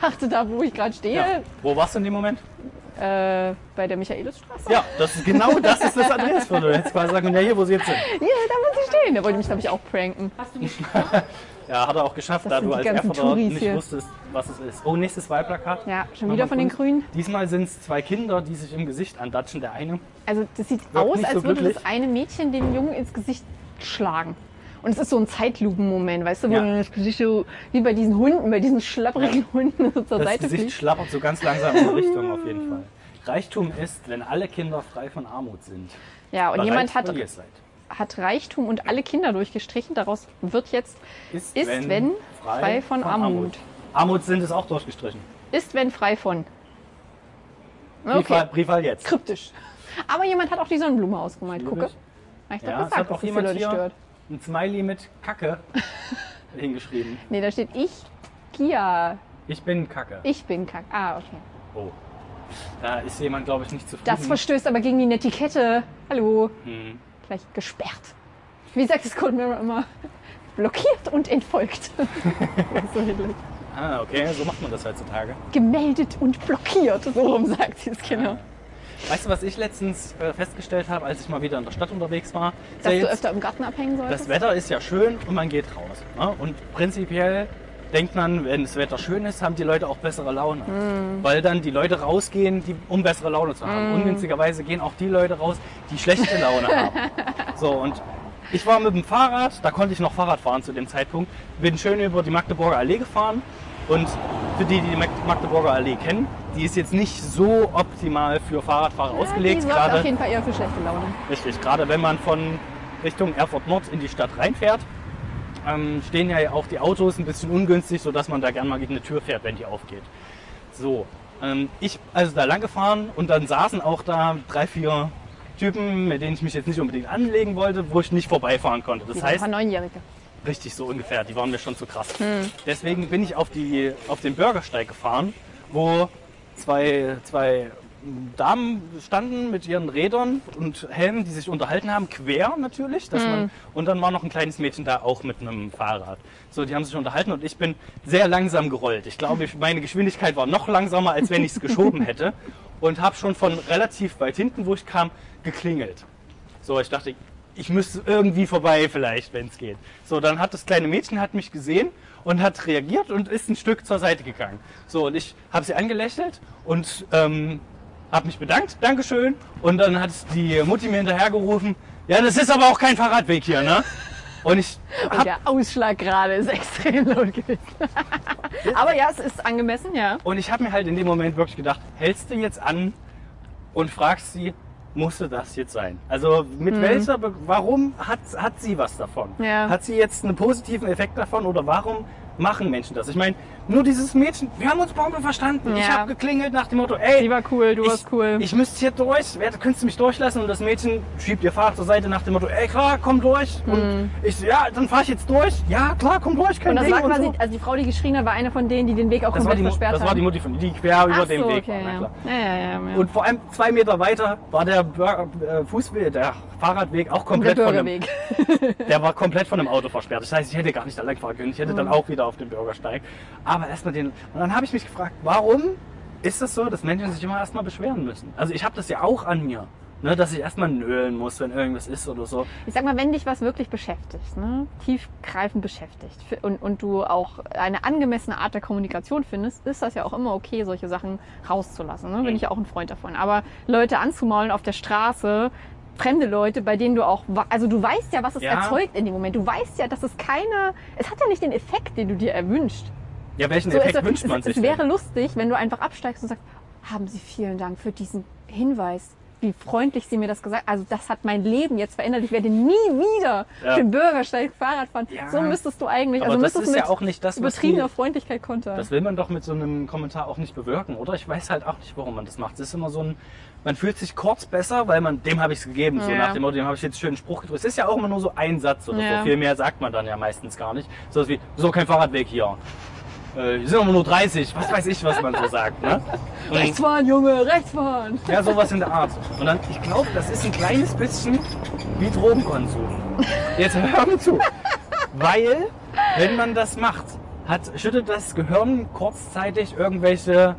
Speaker 2: dachte, da, wo ich gerade
Speaker 1: Ja.
Speaker 2: stehe,
Speaker 1: Wo warst du in dem Moment?
Speaker 2: äh, bei der Michaelisstraße.
Speaker 1: Ja, das ist genau das ist das Andreasviertel. Jetzt quasi sagen, ja hier, wo sie jetzt sind.
Speaker 2: Hier, da muss ich stehen. Der wollte mich, glaube ich, auch pranken.
Speaker 1: Ja, hat er auch geschafft, da
Speaker 2: sind
Speaker 1: du
Speaker 2: die
Speaker 1: als
Speaker 2: ganzen
Speaker 1: Erfurter
Speaker 2: Touris
Speaker 1: nicht
Speaker 2: hier.
Speaker 1: wusstest, was es ist. Oh, nächstes Wahlplakat.
Speaker 2: Ja, schon
Speaker 1: Mal
Speaker 2: wieder
Speaker 1: was
Speaker 2: von den
Speaker 1: Gutes.
Speaker 2: Grünen.
Speaker 1: Diesmal sind es zwei Kinder, die sich im Gesicht andatschen. Der eine
Speaker 2: Also das sieht aus,
Speaker 1: nicht
Speaker 2: als
Speaker 1: so
Speaker 2: würde das
Speaker 1: glücklich.
Speaker 2: eine Mädchen den Jungen ins Gesicht schlagen. Und es ist so ein Zeitlupenmoment, weißt du, wo
Speaker 1: Ja.
Speaker 2: dann das Gesicht so wie bei diesen Hunden, bei diesen schlapperigen Hunden so zur
Speaker 1: Das
Speaker 2: Seite
Speaker 1: Gesicht
Speaker 2: fliegt.
Speaker 1: schlappert so ganz langsam in die Richtung auf jeden Fall. Reichtum ist, wenn alle Kinder frei von Armut sind.
Speaker 2: Ja, und
Speaker 1: Bereit,
Speaker 2: jemand hat,
Speaker 1: wo ihr seid.
Speaker 2: hat Reichtum und alle Kinder durchgestrichen. Daraus wird jetzt
Speaker 1: Ist,
Speaker 2: ist, wenn, frei, von, Armut.
Speaker 1: Armut sind es auch durchgestrichen.
Speaker 2: Ist, wenn, frei von.
Speaker 1: Briefwahl,
Speaker 2: Okay,
Speaker 1: Briefwahl jetzt.
Speaker 2: kryptisch. Aber jemand hat auch die Sonnenblume ausgemalt. Gucke.
Speaker 1: Logisch.
Speaker 2: Hab Ich doch
Speaker 1: Ja, es
Speaker 2: gesagt,
Speaker 1: hat
Speaker 2: dass
Speaker 1: auch
Speaker 2: es die
Speaker 1: jemand
Speaker 2: Leute
Speaker 1: hier
Speaker 2: stört.
Speaker 1: ein Smiley mit
Speaker 2: [LAUGHS]
Speaker 1: Kacke hingeschrieben.
Speaker 2: Nee, da steht ich, Kia.
Speaker 1: Ich bin Kacke.
Speaker 2: Ich bin Kack. Ah, okay.
Speaker 1: Oh. Da ist jemand, glaube ich, nicht zufrieden.
Speaker 2: Das verstößt aber gegen die Netiquette. Hallo.
Speaker 1: Hm.
Speaker 2: Gleich gesperrt. Wie sagt es Cold Mirror immer? Blockiert und entfolgt. [LAUGHS] so ähnlich.
Speaker 1: Ah, okay, so macht man das heutzutage.
Speaker 2: Gemeldet und blockiert. So rum sagt sie es, genau.
Speaker 1: Weißt du, was ich letztens äh, festgestellt habe, als ich mal wieder in der Stadt unterwegs war? Ist ja
Speaker 2: Dass du
Speaker 1: jetzt-
Speaker 2: öfter im Garten abhängen
Speaker 1: das
Speaker 2: solltest.
Speaker 1: Wetter ist ja schön und man geht raus. Ne? Und prinzipiell denkt man, wenn das Wetter schön ist, haben die Leute auch bessere Laune.
Speaker 2: Mhm.
Speaker 1: Weil dann die Leute rausgehen, die, um bessere Laune zu haben. Ungünstigerweise gehen auch die Leute raus, die schlechte Laune haben.
Speaker 2: [LAUGHS]
Speaker 1: So, und ich war mit dem Fahrrad, da konnte ich noch Fahrrad fahren zu dem Zeitpunkt, bin schön über die Magdeburger Allee gefahren. Und für die, die die Mag- Magdeburger Allee kennen, die ist jetzt nicht so optimal für Fahrradfahrer
Speaker 2: die
Speaker 1: ausgelegt.
Speaker 2: sorgt
Speaker 1: gerade
Speaker 2: auf jeden Fall eher für schlechte Laune.
Speaker 1: Richtig, gerade wenn man von Richtung Erfurt Nord in die Stadt reinfährt, ähm, stehen ja auch die Autos ein bisschen ungünstig, sodass man da gern mal gegen eine Tür fährt, wenn die aufgeht. So, ähm, ich also da lang gefahren und dann saßen auch da drei, vier Typen, mit denen ich mich jetzt nicht unbedingt anlegen wollte, wo ich nicht vorbeifahren konnte.
Speaker 2: Die
Speaker 1: Das
Speaker 2: sind ein
Speaker 1: heißt,
Speaker 2: paar Neunjährige.
Speaker 1: Richtig, so ungefähr. Die waren mir schon zu krass. Deswegen bin ich auf, die, auf den Bürgersteig gefahren, wo zwei, zwei Damen standen mit ihren Rädern und Helmen, die sich unterhalten haben, quer natürlich. Dass man, und dann war noch ein kleines Mädchen da auch mit einem Fahrrad. So, die haben sich unterhalten und ich bin sehr langsam gerollt. Ich glaube, ich, meine Geschwindigkeit war noch langsamer, als wenn ich es geschoben hätte. Und habe schon von relativ weit hinten, wo ich kam, geklingelt. So, ich dachte, ich müsste irgendwie vorbei vielleicht, wenn es geht. So, dann hat das kleine Mädchen hat mich gesehen und hat reagiert und ist ein Stück zur Seite gegangen. So, und ich habe sie angelächelt und ähm, habe mich bedankt, Dankeschön. Und dann hat die Mutti mir hinterhergerufen, ja, das ist aber auch kein Fahrradweg hier, ne? Und ich
Speaker 2: Und
Speaker 1: hab,
Speaker 2: der Ausschlag gerade ist [LAUGHS] extrem laut gewesen. Aber ja, es ist angemessen, ja.
Speaker 1: und ich habe mir halt in dem Moment wirklich gedacht, hältst du jetzt an und fragst sie, musste das jetzt sein? Also mit welcher, Be warum hat, hat sie was davon?
Speaker 2: Mhm. Ja.
Speaker 1: Hat sie jetzt einen positiven Effekt davon oder warum machen Menschen das? Ich meine, nur dieses Mädchen, wir haben uns Bombe verstanden. Ich
Speaker 2: Ja.
Speaker 1: habe geklingelt nach dem Motto, ey,
Speaker 2: Die war cool, du
Speaker 1: ich,
Speaker 2: warst cool.
Speaker 1: Ich müsste hier durch, wer, könntest du mich durchlassen? Und das Mädchen schiebt ihr Fahrrad zur Seite nach dem Motto, ey klar, komm durch. Und ich so, ja, dann fahre ich jetzt durch. Ja, klar, komm durch, kein
Speaker 2: Mhm. und das
Speaker 1: Ding
Speaker 2: war
Speaker 1: und
Speaker 2: quasi,
Speaker 1: so.
Speaker 2: also die Frau, die geschrien hat, war eine von denen, die den Weg auch
Speaker 1: Das war,
Speaker 2: komplett
Speaker 1: die, Mu-
Speaker 2: versperrt
Speaker 1: das
Speaker 2: haben.
Speaker 1: war die Mutti von die quer über
Speaker 2: Ach
Speaker 1: den
Speaker 2: so,
Speaker 1: Weg
Speaker 2: okay,
Speaker 1: war. na klar.
Speaker 2: ja. Ja, ja, ja, ja.
Speaker 1: Und vor allem zwei Meter weiter war der Bür- äh, Fußweg, der Fahrradweg auch
Speaker 2: der
Speaker 1: komplett von einem,
Speaker 2: Bürgerweg.
Speaker 1: der war komplett von einem Auto versperrt. Das heißt, ich hätte gar nicht da lang fahren können. Ich hätte
Speaker 2: Mhm.
Speaker 1: dann auch wieder auf den Bürgersteig. Aber erstmal den. Und dann habe ich mich gefragt, warum ist das so, dass Menschen sich immer erstmal beschweren müssen? Also ich habe das ja auch an mir. Ne, dass ich erstmal nölen muss, wenn irgendwas ist oder so.
Speaker 2: Ich sag mal, wenn dich was wirklich beschäftigt, ne? tiefgreifend beschäftigt fi- und, und du auch eine angemessene Art der Kommunikation findest, ist das ja auch immer okay, solche Sachen rauszulassen. Ne? Bin
Speaker 1: Mhm.
Speaker 2: ich ja auch ein Freund davon. Aber Leute anzumaulen auf der Straße, fremde Leute, bei denen du auch, wa- also du weißt ja, was es
Speaker 1: Ja.
Speaker 2: erzeugt in dem Moment. Du weißt ja, dass es keine, es hat ja nicht den Effekt, den du dir erwünscht.
Speaker 1: Ja, welchen
Speaker 2: So,
Speaker 1: Effekt
Speaker 2: es,
Speaker 1: wünscht man
Speaker 2: es,
Speaker 1: sich?
Speaker 2: Es wäre
Speaker 1: denn?
Speaker 2: lustig, wenn du einfach absteigst und sagst, haben Sie vielen Dank für diesen Hinweis. Wie freundlich Sie mir das gesagt Also das hat mein Leben jetzt verändert. Ich werde nie wieder
Speaker 1: Ja.
Speaker 2: den Bürgersteig Fahrrad fahren.
Speaker 1: Ja.
Speaker 2: So müsstest du eigentlich.
Speaker 1: Aber
Speaker 2: also
Speaker 1: das
Speaker 2: müsstest
Speaker 1: ist
Speaker 2: du
Speaker 1: ja
Speaker 2: mit
Speaker 1: auch nicht das, was die,
Speaker 2: übertriebener Freundlichkeit kontern.
Speaker 1: Das will man doch mit so einem Kommentar auch nicht bewirken, oder? Ich weiß halt auch nicht, warum man das macht. Es ist immer so ein, man fühlt sich kurz besser, weil man, dem habe ich es gegeben, so
Speaker 2: Ja.
Speaker 1: nach dem Motto, dem habe ich jetzt schönen Spruch gedrückt. Es ist ja auch immer nur so ein Satz oder
Speaker 2: Ja.
Speaker 1: so. Viel mehr sagt man dann ja meistens gar nicht. So wie, so kein Fahrradweg hier. Äh, hier sind aber nur 30, was weiß ich, was man so sagt, ne? Und-
Speaker 2: rechts fahren, Junge, rechts fahren.
Speaker 1: [LAUGHS] ja, sowas in der Art. Und dann, ich glaube, das ist ein kleines bisschen wie Drogenkonsum. Jetzt hör mir zu. Weil, wenn man das macht, hat, schüttet das Gehirn kurzzeitig irgendwelche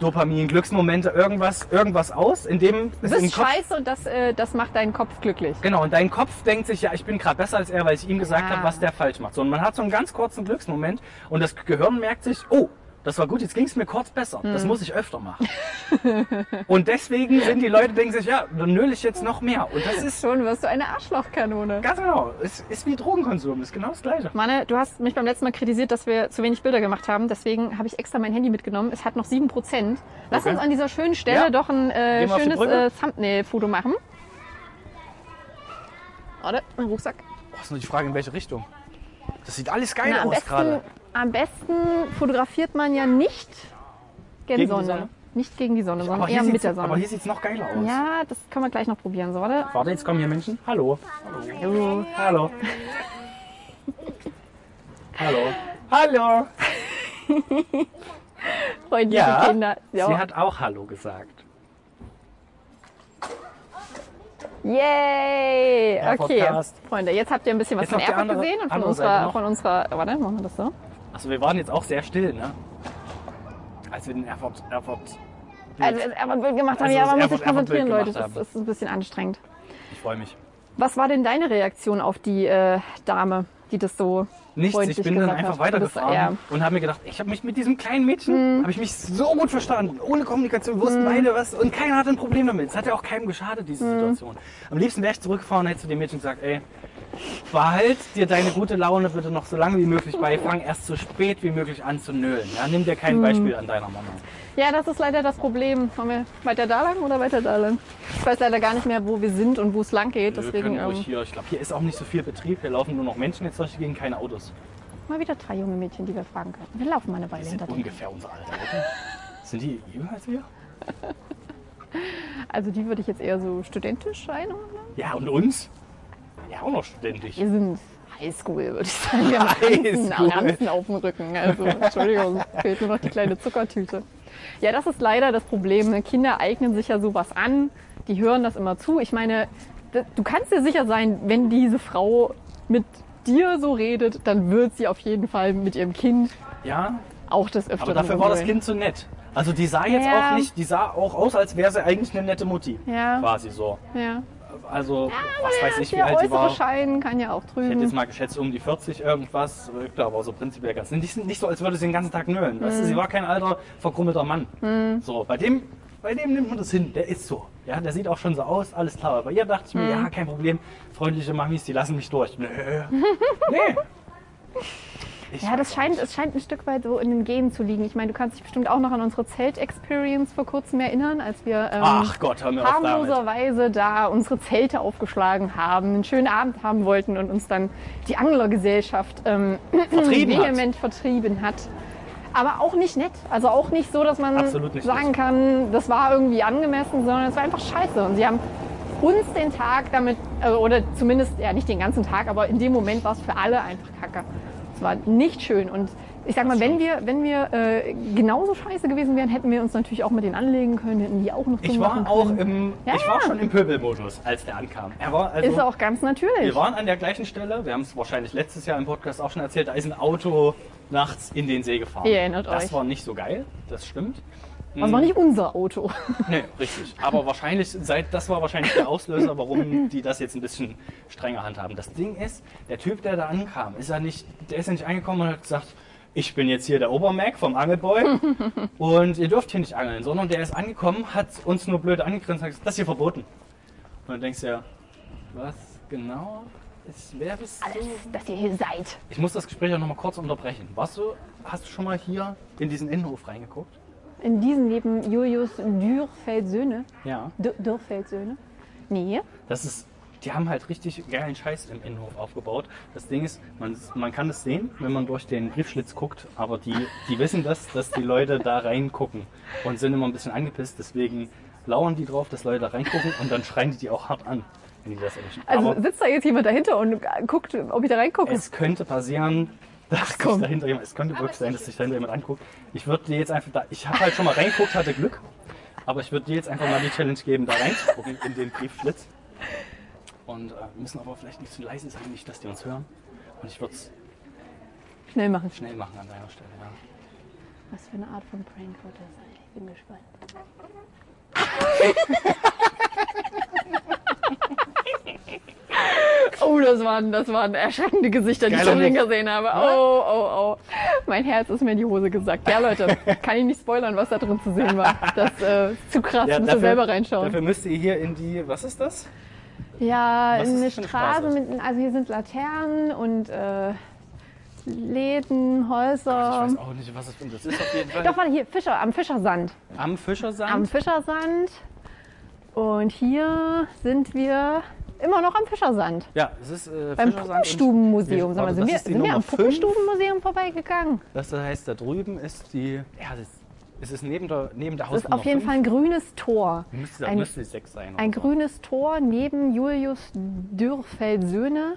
Speaker 1: Dopamin, Glücksmomente, irgendwas, irgendwas aus, indem
Speaker 2: Du
Speaker 1: es im
Speaker 2: bist
Speaker 1: Kopf.
Speaker 2: scheiße und das, äh, das macht deinen Kopf glücklich.
Speaker 1: Genau, und dein Kopf denkt sich, ja, ich bin gerade besser als er, weil ich ihm gesagt
Speaker 2: Ah.
Speaker 1: habe, was der falsch macht. So, und man hat so einen ganz kurzen Glücksmoment und das Gehirn merkt sich, oh, Das war gut, jetzt ging es mir kurz besser. Das
Speaker 2: Hm.
Speaker 1: muss ich öfter machen. [LAUGHS] und deswegen sind die Leute, denken sich, ja, dann nöle ich jetzt noch mehr. Und das ist
Speaker 2: Schon wirst du eine Arschlochkanone.
Speaker 1: ganz genau, es ist wie Drogenkonsum, ist genau das Gleiche.
Speaker 2: Manne, du hast mich beim letzten Mal kritisiert, dass wir zu wenig Bilder gemacht haben. Deswegen habe ich extra mein Handy mitgenommen. Es hat noch 7%. Lass
Speaker 1: Okay.
Speaker 2: uns an dieser schönen Stelle
Speaker 1: Ja.
Speaker 2: doch ein äh,
Speaker 1: Gehen wir auf die
Speaker 2: schönes
Speaker 1: Brücke?
Speaker 2: äh, Thumbnail-Foto machen. Warte, mein Rucksack.
Speaker 1: Boah, ist nur die Frage, in welche Richtung. Das sieht alles geil
Speaker 2: Na, am,
Speaker 1: aus
Speaker 2: besten,
Speaker 1: gerade.
Speaker 2: am besten fotografiert man ja nicht gegen,
Speaker 1: Gegen die
Speaker 2: Sonne.
Speaker 1: Sonne?
Speaker 2: Nicht gegen die Sonne, sondern eher
Speaker 1: hier
Speaker 2: mit
Speaker 1: sieht's-
Speaker 2: der Sonne.
Speaker 1: aber hier sieht es noch geiler aus.
Speaker 2: ja, das können wir gleich noch probieren. So, warte.
Speaker 1: Warte, jetzt kommen hier Menschen. Hallo.
Speaker 2: Hallo.
Speaker 1: Hallo. Hallo. Hallo.
Speaker 2: Freundliche
Speaker 1: Ja,
Speaker 2: Kinder.
Speaker 1: sie hat auch Hallo gesagt.
Speaker 2: Yay!
Speaker 1: Ja,
Speaker 2: okay,
Speaker 1: Podcast.
Speaker 2: Freunde, jetzt habt ihr ein bisschen was
Speaker 1: Jetzt
Speaker 2: von
Speaker 1: noch die
Speaker 2: Erfurt
Speaker 1: andere-
Speaker 2: gesehen und von
Speaker 1: andere Seite
Speaker 2: unserer,
Speaker 1: noch.
Speaker 2: von unserer. Warte, machen wir das so?
Speaker 1: Also wir waren jetzt auch sehr still, ne? Als wir den Erfurt... Erfurt
Speaker 2: Also, als Erfurt Bild gemacht haben,
Speaker 1: Also,
Speaker 2: ja,
Speaker 1: als
Speaker 2: man muss
Speaker 1: Erfurt-
Speaker 2: sich konzentrieren,
Speaker 1: Erfurt
Speaker 2: Leute.
Speaker 1: Bild
Speaker 2: Das
Speaker 1: gemacht
Speaker 2: ist ein bisschen anstrengend.
Speaker 1: ich freue mich.
Speaker 2: Was war denn deine Reaktion auf die äh, Dame, die das so
Speaker 1: Nichts,
Speaker 2: freundlich
Speaker 1: ich bin dann
Speaker 2: gesagt
Speaker 1: einfach
Speaker 2: hat?
Speaker 1: weitergefahren
Speaker 2: Das-
Speaker 1: und habe mir gedacht, ich habe mich mit diesem kleinen
Speaker 2: Hm.
Speaker 1: Mädchen, habe ich mich so gut verstanden. Ohne Kommunikation wussten beide was und keiner hatte ein Problem damit. Es hat ja auch keinem geschadet, diese
Speaker 2: Hm.
Speaker 1: Situation. Am liebsten wäre ich zurückgefahren und hätte zu dem Mädchen gesagt, ey, behalt dir deine gute Laune bitte noch so lange wie möglich bei, fang erst so spät wie möglich an zu nölen. Ja, nimm dir
Speaker 2: Hm.
Speaker 1: kein Beispiel an deiner Mama.
Speaker 2: Ja. ja, das ist leider das Problem. Wollen wir weiter da lang oder weiter da lang? Ich weiß leider gar nicht mehr, wo wir sind und wo es lang geht.
Speaker 1: wir
Speaker 2: Deswegen
Speaker 1: können ruhig
Speaker 2: ähm,
Speaker 1: hier, ich glaube, hier ist auch nicht so viel Betrieb, hier laufen nur noch Menschen jetzt durch die Gegend, keine Autos.
Speaker 2: mal wieder drei junge Mädchen, die wir fragen können. Wir laufen mal eine Weile
Speaker 1: Die sind
Speaker 2: hinter denen.
Speaker 1: ungefähr unser Alter,
Speaker 2: [LAUGHS]
Speaker 1: oder? Sind die jünger als wir?
Speaker 2: Also die würde ich jetzt eher so studentisch einordnen.
Speaker 1: Ja, und uns? Ja, auch noch studentisch.
Speaker 2: Wir sind Highschool, würde ich sagen. Wir
Speaker 1: Highschool.
Speaker 2: haben Ranzen, Ranzen auf dem Rücken. Also, Entschuldigung, fehlt nur noch die kleine Zuckertüte. Ja, das ist leider das Problem. ne? Kinder eignen sich ja sowas an. Die hören das immer zu. Ich meine, d- du kannst dir sicher sein, wenn diese Frau mit dir so redet, dann wird sie auf jeden Fall mit ihrem Kind
Speaker 1: Ja,
Speaker 2: auch das öfter
Speaker 1: aber dafür war das Kind so nett. Also die sah jetzt
Speaker 2: Ja.
Speaker 1: auch nicht, die sah auch aus, als wäre sie eigentlich eine nette Mutti.
Speaker 2: Ja.
Speaker 1: Quasi so.
Speaker 2: Ja.
Speaker 1: Also, was weiß ich, wie
Speaker 2: Der
Speaker 1: alt sie
Speaker 2: äußere
Speaker 1: war.
Speaker 2: Schein kann ja auch
Speaker 1: Ich hätte
Speaker 2: trüben.
Speaker 1: jetzt mal geschätzt, um die 40 irgendwas, wirkte aber so prinzipiell ganz nicht, nicht so, als würde sie den ganzen Tag nölen. Weißt du,
Speaker 2: Mhm.
Speaker 1: sie war kein alter, verkrummelter Mann. So, bei dem, bei dem nimmt man das hin, der ist so. Ja, der sieht auch schon so aus, alles klar. Aber bei ihr dachte ich mir,
Speaker 2: Mhm.
Speaker 1: ja, kein Problem, freundliche Mamis, die lassen mich durch. Nö.
Speaker 2: [LAUGHS]
Speaker 1: nee. Ich
Speaker 2: Ja, das
Speaker 1: weiß
Speaker 2: scheint, es ähm, scheint ein Stück weit so in den Genen zu liegen. Ich meine, du kannst dich bestimmt auch noch an unsere Zelt-Experience vor kurzem erinnern, als wir ähm,
Speaker 1: Ach Gott, hör mir auf damit.
Speaker 2: harmloserweise da unsere Zelte aufgeschlagen haben, einen schönen Abend haben wollten und uns dann die Anglergesellschaft ähm,
Speaker 1: Vertrieben hat.
Speaker 2: vehement vertrieben hat. Aber auch nicht nett. Also auch nicht so, dass man
Speaker 1: Absolut nicht
Speaker 2: sagen
Speaker 1: nett.
Speaker 2: kann, das war irgendwie angemessen, sondern es war einfach scheiße. Und sie haben uns den Tag damit, äh, oder zumindest, ja nicht den ganzen Tag, aber in dem Moment war es für alle einfach kacke. Es war nicht schön. Und ich sag mal, wenn wir, wenn wir äh, genauso scheiße gewesen wären, hätten wir uns natürlich auch mit denen anlegen können, hätten die auch noch
Speaker 1: Ich
Speaker 2: dumm machen
Speaker 1: war auch
Speaker 2: können.
Speaker 1: im,
Speaker 2: Ja,
Speaker 1: ich war
Speaker 2: ja.
Speaker 1: schon im Pöbelmodus, als der ankam. Er war also,
Speaker 2: Ist auch ganz natürlich.
Speaker 1: wir waren an der gleichen Stelle, wir haben es wahrscheinlich letztes Jahr im Podcast auch schon erzählt, da ist ein Auto nachts in den See gefahren.
Speaker 2: Ihr erinnert
Speaker 1: das
Speaker 2: euch.
Speaker 1: war nicht so geil, das stimmt.
Speaker 2: Das war nicht unser Auto.
Speaker 1: Nee, richtig. Aber wahrscheinlich, seit, das war wahrscheinlich der Auslöser, warum die das jetzt ein bisschen strenger handhaben. Das Ding ist, der Typ, der da ankam, ist ja nicht, der ist ja nicht angekommen und hat gesagt, ich bin jetzt hier der Obermac vom
Speaker 2: [LAUGHS]
Speaker 1: Angelboy und ihr dürft hier nicht angeln, sondern der ist angekommen, hat uns nur blöd angegrinst und hat gesagt, das ist hier verboten. Und dann denkst du ja, was genau? Ist, wer bist du?
Speaker 2: dass ihr hier seid.
Speaker 1: Ich muss das Gespräch auch nochmal kurz unterbrechen. Warst du, hast du schon mal hier in diesen Innenhof reingeguckt?
Speaker 2: In diesem Leben Julius Dürfeld Söhne.
Speaker 1: Ja.
Speaker 2: D Dürfeld Söhne? Nee.
Speaker 1: Das ist, die haben halt richtig geilen Scheiß im Innenhof aufgebaut. Das Ding ist, man, man kann es sehen, wenn man durch den Briefschlitz guckt, aber die, die wissen das, dass die Leute da reingucken und sind immer ein bisschen angepisst. Deswegen lauern die drauf, dass Leute da reingucken und dann schreien die die auch hart an, wenn die das erwischen.
Speaker 2: Also
Speaker 1: aber
Speaker 2: sitzt da jetzt jemand dahinter und guckt, ob ich da reingucke?
Speaker 1: es könnte passieren, [LAUGHS] dass sich
Speaker 2: komm.
Speaker 1: dahinter jemand, es könnte wirklich sein, dass sich dahinter jemand anguckt. Ich würde dir jetzt einfach da, ich habe halt schon mal reingeguckt, hatte Glück, aber ich würde dir jetzt einfach mal die Challenge geben, da reinzugucken in den Briefschlitz. Und äh, müssen aber vielleicht nicht zu leise sein, nicht, dass die uns hören. Und ich würde es
Speaker 2: Schnell machen.
Speaker 1: schnell machen an deiner Stelle. Ja.
Speaker 2: Was für eine Art von Prank wird das sein? Ich
Speaker 1: [LAUGHS]
Speaker 2: bin gespannt. Oh, das waren, das waren erschreckende Gesichter, die ich
Speaker 1: Geiler
Speaker 2: schon
Speaker 1: Move.
Speaker 2: gesehen habe. Oh, oh, oh. Mein Herz ist mir in die Hose gesackt.
Speaker 1: [LAUGHS]
Speaker 2: Ja, Leute, kann ich nicht spoilern, was da drin zu sehen war. Das äh, ist zu krass, müsst ihr selber reinschauen.
Speaker 1: Dafür müsst ihr hier in die, was ist das?
Speaker 2: Ja,
Speaker 1: Was
Speaker 2: in
Speaker 1: ist
Speaker 2: eine
Speaker 1: das für eine Straße?
Speaker 2: Straße mit, also hier sind Laternen und äh, Läden,
Speaker 1: Ich
Speaker 2: Häuser.
Speaker 1: weiß auch nicht, was das ist. Das ist auf jeden Fall
Speaker 2: Ähm. Doch, warte, hier, Fischer, am Fischersand.
Speaker 1: am
Speaker 2: Am
Speaker 1: Fischersand.
Speaker 2: Fischersand. Und hier sind wir immer noch am Fischersand.
Speaker 1: ja, es ist äh,
Speaker 2: Beim
Speaker 1: Fischersand.
Speaker 2: Puppenstubenmuseum. Sag mal,
Speaker 1: Warte,
Speaker 2: sind
Speaker 1: das
Speaker 2: wir,
Speaker 1: ist die
Speaker 2: sind wir
Speaker 1: Nummer
Speaker 2: am
Speaker 1: fünf.
Speaker 2: Puppenstubenmuseum vorbeigegangen?
Speaker 1: Und Das heißt, da drüben ist die, ja, das, es ist neben der, neben der
Speaker 2: Das
Speaker 1: Hausnummer
Speaker 2: ist auf jeden
Speaker 1: fünf.
Speaker 2: Fall ein grünes Tor.
Speaker 1: Müsste,
Speaker 2: ein-
Speaker 1: müsste die 6 sein.
Speaker 2: Ein grünes Tor neben Julius Dürrfeld Söhne.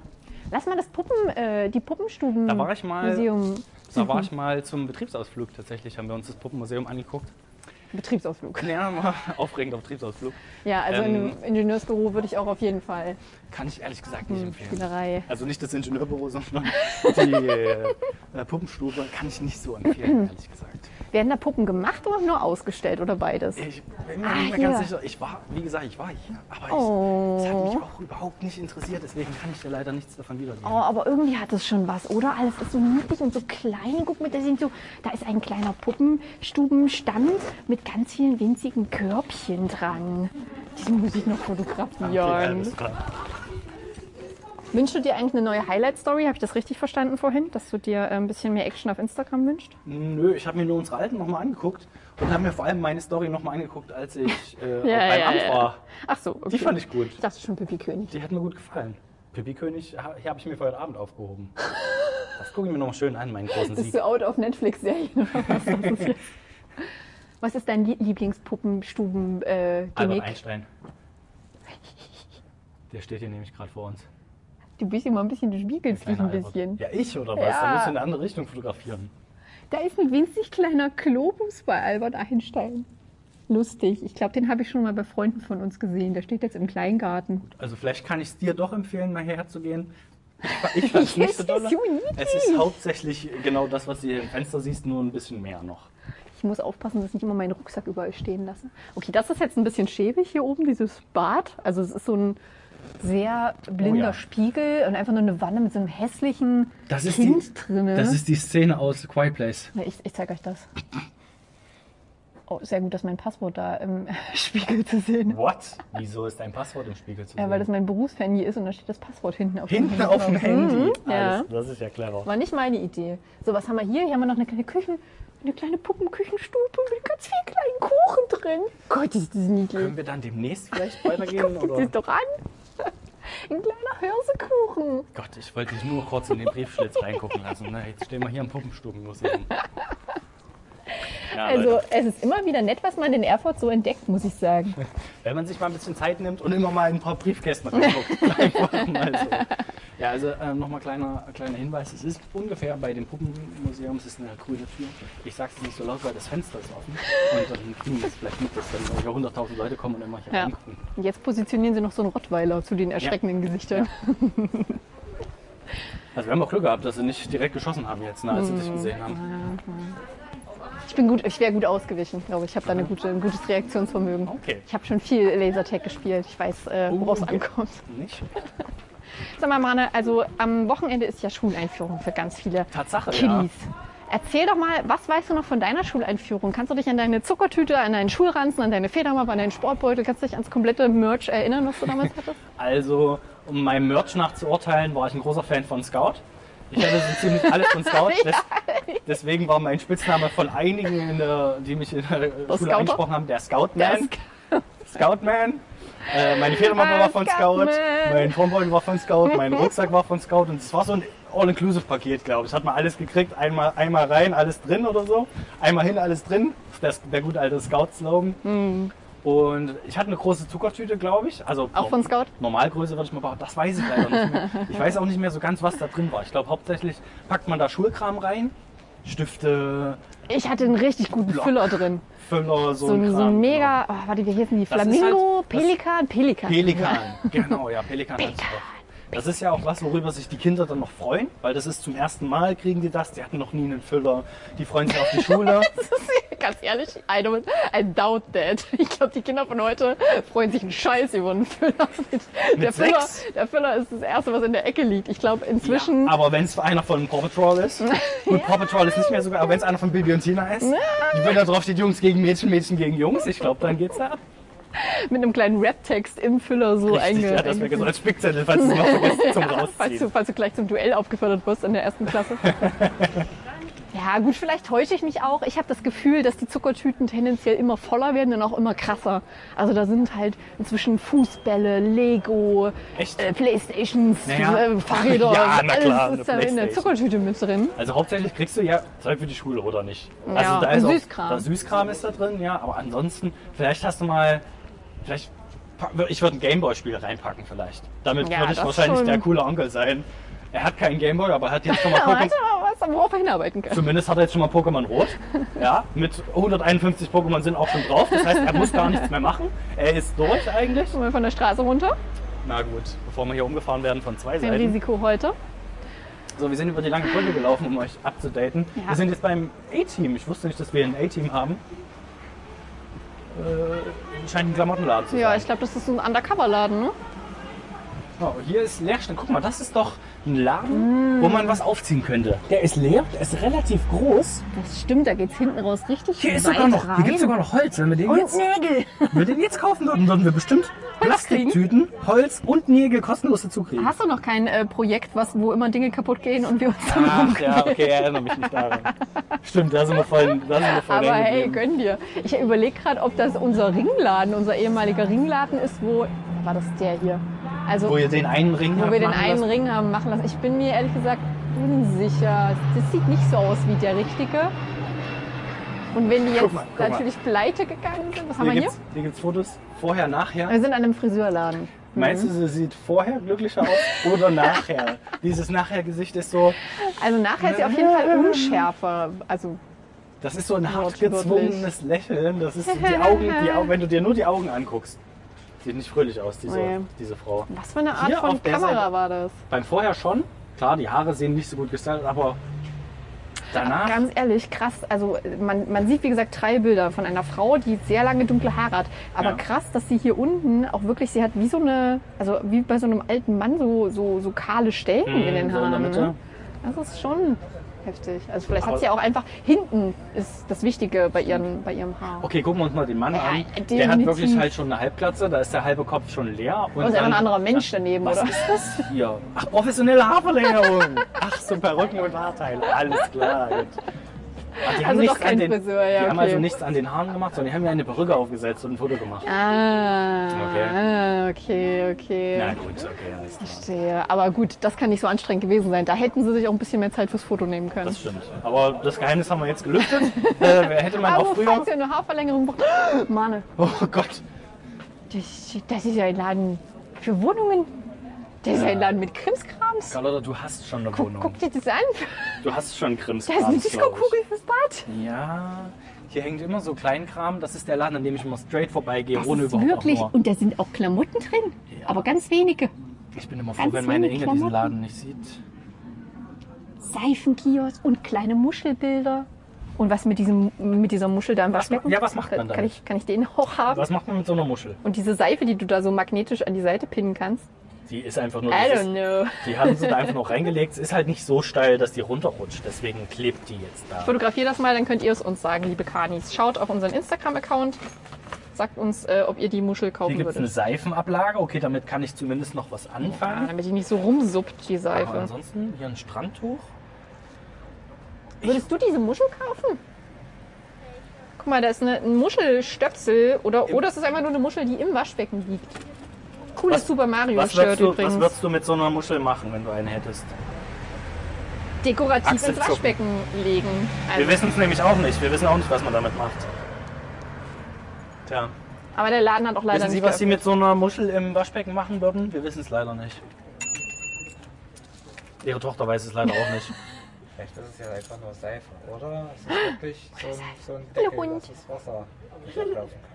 Speaker 2: Lass mal das Puppen, äh, die Puppenstuben
Speaker 1: Da war ich mal-
Speaker 2: Museum
Speaker 1: Da war ich mal zum Betriebsausflug tatsächlich, haben wir uns das Puppenmuseum angeguckt. [LAUGHS]
Speaker 2: Betriebsausflug.
Speaker 1: Ja, mal aufregender Betriebsausflug.
Speaker 2: Ja, also in
Speaker 1: Ähm,
Speaker 2: einem Ingenieursbüro würde ich auch auf jeden Fall
Speaker 1: Kann ich ehrlich gesagt nicht empfehlen.
Speaker 2: Spielerei.
Speaker 1: Also nicht das Ingenieurbüro, sondern die äh, Puppenstube kann ich nicht so
Speaker 2: [CLEARS THROAT]
Speaker 1: empfehlen, ehrlich gesagt.
Speaker 2: Werden da Puppen gemacht oder nur ausgestellt oder beides?
Speaker 1: Ich bin mir
Speaker 2: Ah,
Speaker 1: nicht mehr ganz
Speaker 2: hier.
Speaker 1: sicher. Ich war, wie gesagt, ich war hier, aber ich,
Speaker 2: Oh.
Speaker 1: es hat mich auch überhaupt nicht interessiert, deswegen kann ich dir leider nichts davon wiedergeben.
Speaker 2: Oh, aber irgendwie hat es schon was, oder? Alles ist so niedlich und so klein. Guck mal, da sind so, da ist ein kleiner Puppenstubenstand mit ganz vielen winzigen Körbchen dran. Diesen muss ich noch fotografieren.
Speaker 1: alles klar.
Speaker 2: Wünschst du dir eigentlich eine neue Highlight-Story? Habe ich das richtig verstanden vorhin, dass du dir äh, ein bisschen mehr Action auf Instagram wünschst?
Speaker 1: Nö, ich habe mir nur unsere alten nochmal angeguckt und habe mir vor allem meine Story nochmal angeguckt, als ich äh,
Speaker 2: [LAUGHS] Ja,
Speaker 1: beim
Speaker 2: ja,
Speaker 1: Amt
Speaker 2: ja.
Speaker 1: war.
Speaker 2: Ach so, okay.
Speaker 1: Die fand ich gut.
Speaker 2: Ich dachte schon Pippi König.
Speaker 1: Die hat mir gut gefallen. Pippi König ha- hier habe ich mir für heute Abend
Speaker 2: [LAUGHS]
Speaker 1: aufgehoben. Das gucke ich mir nochmal schön an, meinen großen
Speaker 2: Bist
Speaker 1: Sieg.
Speaker 2: du out auf Netflix-Serien oder was? Was ist, jetzt? [LAUGHS] was ist dein Lie- Lieblingspuppenstuben-Gimmick? Äh,
Speaker 1: Albert
Speaker 2: Gimmick?
Speaker 1: Einstein. Der steht hier nämlich gerade vor uns.
Speaker 2: du bist immer ein bisschen, du spiegelst dich
Speaker 1: Kleiner
Speaker 2: ein
Speaker 1: Albert.
Speaker 2: bisschen.
Speaker 1: Ja, ich oder was?
Speaker 2: Ja.
Speaker 1: Da musst du in eine andere Richtung fotografieren.
Speaker 2: Da ist ein winzig kleiner Globus bei Albert Einstein. Lustig. Ich glaube, den habe ich schon mal bei Freunden von uns gesehen. Der steht jetzt im Kleingarten.
Speaker 1: Also vielleicht kann ich es dir doch empfehlen, mal hierher zu gehen. Ich,
Speaker 2: [LAUGHS]
Speaker 1: ich fand es nicht so
Speaker 2: Es
Speaker 1: doll.
Speaker 2: ist so niedlich.
Speaker 1: Es ist hauptsächlich genau das, was du hier im Fenster siehst, nur ein bisschen mehr noch.
Speaker 2: Ich muss aufpassen, dass ich nicht immer meinen Rucksack überall stehen lasse. Okay, das ist jetzt ein bisschen schäbig hier oben, dieses Bad. Also es ist so ein sehr blinder
Speaker 1: Oh ja.
Speaker 2: Spiegel und einfach nur eine Wanne mit so einem hässlichen Kind drinne.
Speaker 1: die Szene aus Quiet Place.
Speaker 2: Na, Ich, ich zeige euch das. Oh, sehr gut, dass mein Passwort da im [LAUGHS] Spiegel zu sehen ist.
Speaker 1: What? Wieso ist dein Passwort im Spiegel zu sehen?
Speaker 2: Ja, weil das mein Berufshandy ist und da steht das Passwort hinten auf dem
Speaker 1: Hinten auf dem
Speaker 2: drauf.
Speaker 1: Handy.
Speaker 2: Mhm, ja.
Speaker 1: Alles, das ist ja clever.
Speaker 2: War nicht meine Idee. So, was haben wir hier? Hier haben wir noch eine kleine Küchen, eine kleine Puppenküchenstube mit ganz vielen kleinen Kuchen drin. Gott, ist das niedlich.
Speaker 1: Können wir dann demnächst vielleicht weitergehen?
Speaker 2: [LAUGHS] Guck
Speaker 1: oder?
Speaker 2: dich doch an. [LAUGHS] Ein kleiner Hirsekuchen.
Speaker 1: Gott, ich wollte dich nur kurz in den Briefschlitz reingucken lassen. Ne? Jetzt stehen wir hier am
Speaker 2: [LAUGHS]
Speaker 1: Puppenstubenmuseum. Ja,
Speaker 2: Also,
Speaker 1: Leute,
Speaker 2: es ist immer wieder nett, was man in Erfurt so entdeckt, muss ich sagen.
Speaker 1: wenn man sich mal ein bisschen Zeit nimmt und immer mal in ein paar Briefkästen
Speaker 2: [LAUGHS]
Speaker 1: reinguckt. einfach mal so. Ja, also ähm, nochmal kleiner, kleiner Hinweis. Es ist ungefähr bei dem Puppenmuseum, es ist eine grüne Tür. Ich sage es nicht so laut, weil das Fenster ist offen. Und dann kriegen wir es vielleicht mit, dass dann hier 100.000 Leute kommen und immer hier
Speaker 2: Ja.
Speaker 1: reingucken.
Speaker 2: Und jetzt positionieren sie noch so einen Rottweiler zu den erschreckenden Gesichtern.
Speaker 1: Also wir haben auch Glück gehabt, dass sie nicht direkt geschossen haben jetzt, ne, als sie dich gesehen haben.
Speaker 2: Ich bin gut, ich wäre gut ausgewichen, glaube ich. Ich habe da eine gute, ein gutes Reaktionsvermögen.
Speaker 1: Okay. Oh.
Speaker 2: Ich habe schon viel Lasertag gespielt. Ich weiß, äh, worauf es
Speaker 1: okay.
Speaker 2: ankommt.
Speaker 1: Nicht?
Speaker 2: Sag mal, Mane, also am Wochenende ist ja Schuleinführung für ganz viele
Speaker 1: Tatsache, ja.
Speaker 2: Kiddies. Erzähl doch mal, was weißt du noch von deiner Schuleinführung? Kannst du dich an deine Zuckertüte, an deinen Schulranzen, an deine Federmappe, an deinen Sportbeutel, kannst du dich ans komplette Merch erinnern, was
Speaker 1: [LAUGHS]
Speaker 2: du damals hattest?
Speaker 1: Also, um meinem Merch nachzuurteilen, war ich ein großer Fan von Scout. Ich hatte so ziemlich alles von
Speaker 2: [LAUGHS]
Speaker 1: Scout. Des, deswegen war mein Spitzname von einigen, in der, die mich in der Schule
Speaker 2: Scouter?
Speaker 1: angesprochen haben, der
Speaker 2: Der
Speaker 1: Scoutman.
Speaker 2: Sc-
Speaker 1: Scoutman. Äh, meine Federmappe
Speaker 2: Ah,
Speaker 1: war von Scout,
Speaker 2: Scoutman.
Speaker 1: mein Turmbeutel war von
Speaker 2: [LAUGHS]
Speaker 1: Scout, mein Rucksack war von Scout und es war so ein All-Inclusive-Paket, glaube ich. Hat man alles gekriegt, einmal, einmal rein, alles drin oder so, einmal hin, alles drin. Das, der gute alte Scout-Slogan. Und ich hatte eine große Zuckertüte, glaube ich. Also
Speaker 2: Hm. Auch von Scout?
Speaker 1: Normalgröße würde ich mal behaupten. Das weiß ich leider nicht mehr. Ich weiß auch nicht mehr so ganz, was da drin war. Ich glaube, hauptsächlich packt man da Schulkram rein. Stifte,
Speaker 2: Ich hatte einen richtig guten
Speaker 1: Block.
Speaker 2: Füller drin.
Speaker 1: Füller, so,
Speaker 2: So,
Speaker 1: ein
Speaker 2: ein-
Speaker 1: Kram.
Speaker 2: so ein
Speaker 1: genau.
Speaker 2: mega, oh, warte, wie hießen die?
Speaker 1: Das ist
Speaker 2: Flamingo,
Speaker 1: halt- das- [LAUGHS]
Speaker 2: Pelikan, Pelikan.
Speaker 1: Pelikan, genau, ja, Pelikan. hat's auch. Das ist ja auch was, worüber sich die Kinder dann noch freuen, weil das ist zum ersten Mal kriegen die das. Die hatten noch nie einen Füller. Die freuen sich auf die
Speaker 2: [LAUGHS]
Speaker 1: Schule.
Speaker 2: [LAUGHS] Ganz ehrlich, I, don't, I doubt that. [LAUGHS] Ich glaube, die Kinder von heute freuen sich einen Scheiß über einen Füller. [LAUGHS] der, Füller
Speaker 1: sechs?
Speaker 2: der Füller ist das Erste, was in der Ecke liegt. Ich glaube, inzwischen...
Speaker 1: Ja, aber wenn es einer von Paw Patrol
Speaker 2: [LAUGHS]
Speaker 1: ist, und Paw Patrol ist nicht mehr sogar, aber wenn es einer von Bibi und Tina ist, die wenn da drauf steht, Jungs gegen Mädchen, Mädchen gegen Jungs, ich glaube, dann geht's ab.
Speaker 2: mit einem kleinen Rap-Text im Füller so
Speaker 1: Richtig,
Speaker 2: einge...
Speaker 1: ja, das wäre so als Spickzettel, falls du es noch vergisst zum
Speaker 2: [LAUGHS] falls, du,
Speaker 1: Rausziehen.
Speaker 2: falls du gleich zum Duell aufgefordert wirst in der ersten Klasse. [LAUGHS] ja gut, vielleicht täusche ich mich auch. Ich habe das Gefühl, dass die Zuckertüten tendenziell immer voller werden und auch immer krasser. Also da sind halt inzwischen Fußbälle, Lego,
Speaker 1: Echt?
Speaker 2: äh, Playstations,
Speaker 1: Naja.
Speaker 2: äh, Fahrräder,
Speaker 1: Ja, na klar,
Speaker 2: alles ist da
Speaker 1: eine
Speaker 2: in der
Speaker 1: Playstation.
Speaker 2: Zuckertüte
Speaker 1: [LAUGHS]
Speaker 2: mit drin.
Speaker 1: Also hauptsächlich kriegst du ja Zeug für die Schule, oder nicht? Also
Speaker 2: Ja,
Speaker 1: da ist
Speaker 2: und
Speaker 1: auch,
Speaker 2: Süßkram.
Speaker 1: Da Süßkram ist da drin, ja, aber ansonsten, vielleicht hast du mal, vielleicht, pa- ich würde ein Gameboy-Spiel reinpacken vielleicht. Damit
Speaker 2: Ja,
Speaker 1: würde ich
Speaker 2: das
Speaker 1: wahrscheinlich
Speaker 2: schon.
Speaker 1: der coole Onkel sein. Er hat keinen Gameboy, aber er hat
Speaker 2: [LAUGHS]
Speaker 1: jetzt schon mal
Speaker 2: Aber
Speaker 1: Pokémon.
Speaker 2: weißt du mal, Genau, also, was, worauf er hinarbeiten kann?
Speaker 1: Zumindest hat er jetzt schon mal Pokémon Rot. Ja, mit 151 Pokémon sind auch schon drauf. Das heißt, er muss gar nichts mehr machen. Er ist durch eigentlich.
Speaker 2: Mal von der Straße runter,
Speaker 1: Na gut, bevor wir hier umgefahren werden von zwei
Speaker 2: ein
Speaker 1: Seiten.
Speaker 2: Risiko heute.
Speaker 1: So, wir sind über die lange Brücke gelaufen, um euch abzudaten.
Speaker 2: Ja.
Speaker 1: Wir sind jetzt beim A-Team. Ich wusste nicht, dass wir ein A-Team haben. Äh, scheint ein Klamottenladen zu sein.
Speaker 2: Ja, ich glaube, das ist so ein Undercover-Laden, ne?
Speaker 1: Oh, hier ist Leerstand. Guck mal, das ist doch ein Laden, wo man was aufziehen könnte. Der ist leer, der ist relativ groß.
Speaker 2: Das stimmt, da geht's hinten raus richtig
Speaker 1: Hier ist sogar noch, hier gibt's sogar noch Holz. Wenn wir den
Speaker 2: Und
Speaker 1: jetzt
Speaker 2: Nägel.
Speaker 1: Wenn wir den jetzt kaufen würden, würden wir bestimmt
Speaker 2: kriegen.
Speaker 1: Plastiktüten, Holz und Nägel kostenlos dazu kriegen.
Speaker 2: Hast du noch kein äh, Projekt, was, wo immer Dinge kaputt gehen und wir uns dann
Speaker 1: Ach
Speaker 2: rumquälen?
Speaker 1: ja, okay, erinnere mich nicht daran. Stimmt, da sind wir voll, da sind wir voll
Speaker 2: Aber
Speaker 1: hängen
Speaker 2: hey,
Speaker 1: geblieben.
Speaker 2: gönn dir. Ich überlege gerade, ob das unser Ringladen, unser ehemaliger Ringladen ist, wo war das der hier? Also
Speaker 1: Wo
Speaker 2: wo,
Speaker 1: ihr den einen Ring habt,
Speaker 2: wir den
Speaker 1: machen
Speaker 2: einen
Speaker 1: lasst.
Speaker 2: Ring haben machen lassen. Ich bin mir ehrlich gesagt unsicher. Das sieht nicht so aus wie der richtige. Und wenn die jetzt
Speaker 1: Guck mal, guck mal.
Speaker 2: natürlich pleite gegangen sind, was haben
Speaker 1: Hier
Speaker 2: wir hier?
Speaker 1: gibt's, hier gibt's Fotos vorher, nachher.
Speaker 2: Wir sind an einem Friseurladen.
Speaker 1: Meinst du, sie sieht vorher glücklicher aus oder nachher? Dieses Nachher-Gesicht ist so,
Speaker 2: Also nachher ist sie auf jeden Fall unschärfer. Also
Speaker 1: das ist so ein hart
Speaker 2: Wortwörtlich.
Speaker 1: gezwungenes Lächeln. Das ist so die Augen, die, Au- wenn du dir nur die Augen anguckst. Sieht nicht fröhlich aus, diese,
Speaker 2: Nee.
Speaker 1: diese Frau.
Speaker 2: was für eine Art
Speaker 1: Hier
Speaker 2: von
Speaker 1: auf der
Speaker 2: Kamera
Speaker 1: Seite.
Speaker 2: war das?
Speaker 1: Beim Vorher schon. Klar, die Haare sehen nicht so gut gestylt, aber danach.
Speaker 2: Ganz ehrlich, krass. Also man, man sieht, wie gesagt, drei Bilder von einer Frau, die sehr lange dunkle Haare hat. Aber
Speaker 1: Ja.
Speaker 2: krass, dass sie hier unten auch wirklich, sie hat wie so eine, also wie bei so einem alten Mann so, so, so kahle Stellen in den
Speaker 1: Mhm, so
Speaker 2: Haaren.
Speaker 1: der Mitte.
Speaker 2: ne? Das ist schon heftig. Also vielleicht
Speaker 1: Aber-
Speaker 2: hat sie auch einfach, hinten ist das Wichtige bei, ihren, bei ihrem Haar.
Speaker 1: Okay, gucken wir uns mal den Mann
Speaker 2: Ja,
Speaker 1: an. Der
Speaker 2: definitiv.
Speaker 1: hat wirklich halt schon eine Halbglatze, da ist der halbe Kopf schon leer. Und
Speaker 2: Das Also, ist einfach
Speaker 1: dann-
Speaker 2: ein anderer Mensch daneben,
Speaker 1: Was
Speaker 2: oder?
Speaker 1: ist das hier? Ach, professionelle Haarverlängerung. Ach, so Perücken und Haarteile. Alles klar. Gut. Ach, die haben,
Speaker 2: Also doch
Speaker 1: nichts
Speaker 2: kein
Speaker 1: an den,
Speaker 2: Friseur, ja,
Speaker 1: die haben
Speaker 2: okay.
Speaker 1: also nichts an den Haaren gemacht, sondern die haben ja eine Perücke aufgesetzt und ein Foto gemacht.
Speaker 2: Ah, okay, okay.
Speaker 1: Na gut, okay, alles klar.
Speaker 2: Verstehe. Aber gut, das kann nicht so anstrengend gewesen sein. Da hätten sie sich auch ein bisschen mehr Zeit fürs Foto nehmen können.
Speaker 1: Das stimmt. Aber das Geheimnis haben wir jetzt gelüftet. [LAUGHS] äh, hätte man auch
Speaker 2: Aber
Speaker 1: früher.
Speaker 2: falls ihr eine Haarverlängerung braucht, [GASPS] Mann,
Speaker 1: Oh Gott.
Speaker 2: das, das ist ja ein Laden für Wohnungen. Das ist ja ein Laden mit Krimskrams.
Speaker 1: Carlotta, du hast schon eine
Speaker 2: Guck,
Speaker 1: Wohnung.
Speaker 2: guck dir das an.
Speaker 1: Du hast schon
Speaker 2: Da ist
Speaker 1: Krimskrams,
Speaker 2: eine
Speaker 1: glaub ich.
Speaker 2: Disco-Kugel fürs Bad.
Speaker 1: Ja, hier hängt immer so Kleinkram. Das ist der Laden, an dem ich immer straight vorbeigehe,
Speaker 2: Das
Speaker 1: ohne
Speaker 2: ist
Speaker 1: überhaupt
Speaker 2: wirklich.
Speaker 1: auch nur.
Speaker 2: Und da sind auch Klamotten drin. Aber ganz wenige.
Speaker 1: Ich bin immer froh,
Speaker 2: ganz
Speaker 1: wenn meine
Speaker 2: wenig
Speaker 1: Inge diesen
Speaker 2: Klamotten.
Speaker 1: Laden nicht sieht.
Speaker 2: Seifenkiosk und kleine Muschelbilder. Und was mit, diesem, mit dieser Muschel da im
Speaker 1: Was ma-
Speaker 2: Waschbecken?
Speaker 1: ja, was macht man
Speaker 2: kann
Speaker 1: damit?
Speaker 2: ich, kann ich den auch haben?
Speaker 1: Was macht man mit so einer Muschel?
Speaker 2: Und diese Seife, die du da so magnetisch an die Seite pinnen kannst.
Speaker 1: Die ist einfach nur.
Speaker 2: I
Speaker 1: das
Speaker 2: don't
Speaker 1: ist,
Speaker 2: know.
Speaker 1: die haben sie da einfach noch reingelegt. Es ist halt nicht so steil, dass die runterrutscht. Deswegen klebt die jetzt da.
Speaker 2: Ich fotografiere das mal, dann könnt ihr es uns sagen, liebe Kanis. Schaut auf unseren Instagram-Account, sagt uns, äh, ob ihr die Muschel
Speaker 1: Hier
Speaker 2: kaufen
Speaker 1: gibt es eine
Speaker 2: würdet.
Speaker 1: Seifenablage. Okay, damit kann ich zumindest noch was
Speaker 2: Ja,
Speaker 1: anfangen.
Speaker 2: damit die nicht so rumsuppt, die
Speaker 1: Aber
Speaker 2: Seife.
Speaker 1: ansonsten hier ein Strandtuch.
Speaker 2: Würdest du diese Muschel kaufen? Guck mal, da ist eine, ein Muschelstöpsel oder, oder es ist einfach nur eine Muschel, die im Waschbecken liegt. Cooles
Speaker 1: Was-
Speaker 2: Super
Speaker 1: Was würdest,
Speaker 2: Mario-Shirt
Speaker 1: du, was
Speaker 2: übrigens.
Speaker 1: würdest du mit so einer Muschel machen, wenn du eine hättest?
Speaker 2: Dekorativ ins
Speaker 1: Achselzucken.
Speaker 2: Waschbecken legen.
Speaker 1: Wir
Speaker 2: Also,
Speaker 1: wissen es nämlich auch nicht. Wir wissen auch nicht, was man damit macht. Tja.
Speaker 2: aber der Laden hat auch leider
Speaker 1: Wissen Sie,
Speaker 2: nicht
Speaker 1: was Sie
Speaker 2: geöffnet.
Speaker 1: mit so einer Muschel im Waschbecken machen würden? Wir wissen es leider nicht. Ihre Tochter weiß es leider auch nicht.
Speaker 3: Vielleicht ist es ja einfach nur Seife, oder?
Speaker 2: Ah, oh,
Speaker 3: Es ist wirklich so ein, so ein Deckel,
Speaker 2: Hund.
Speaker 3: dass das Wasser nicht ablaufen kann.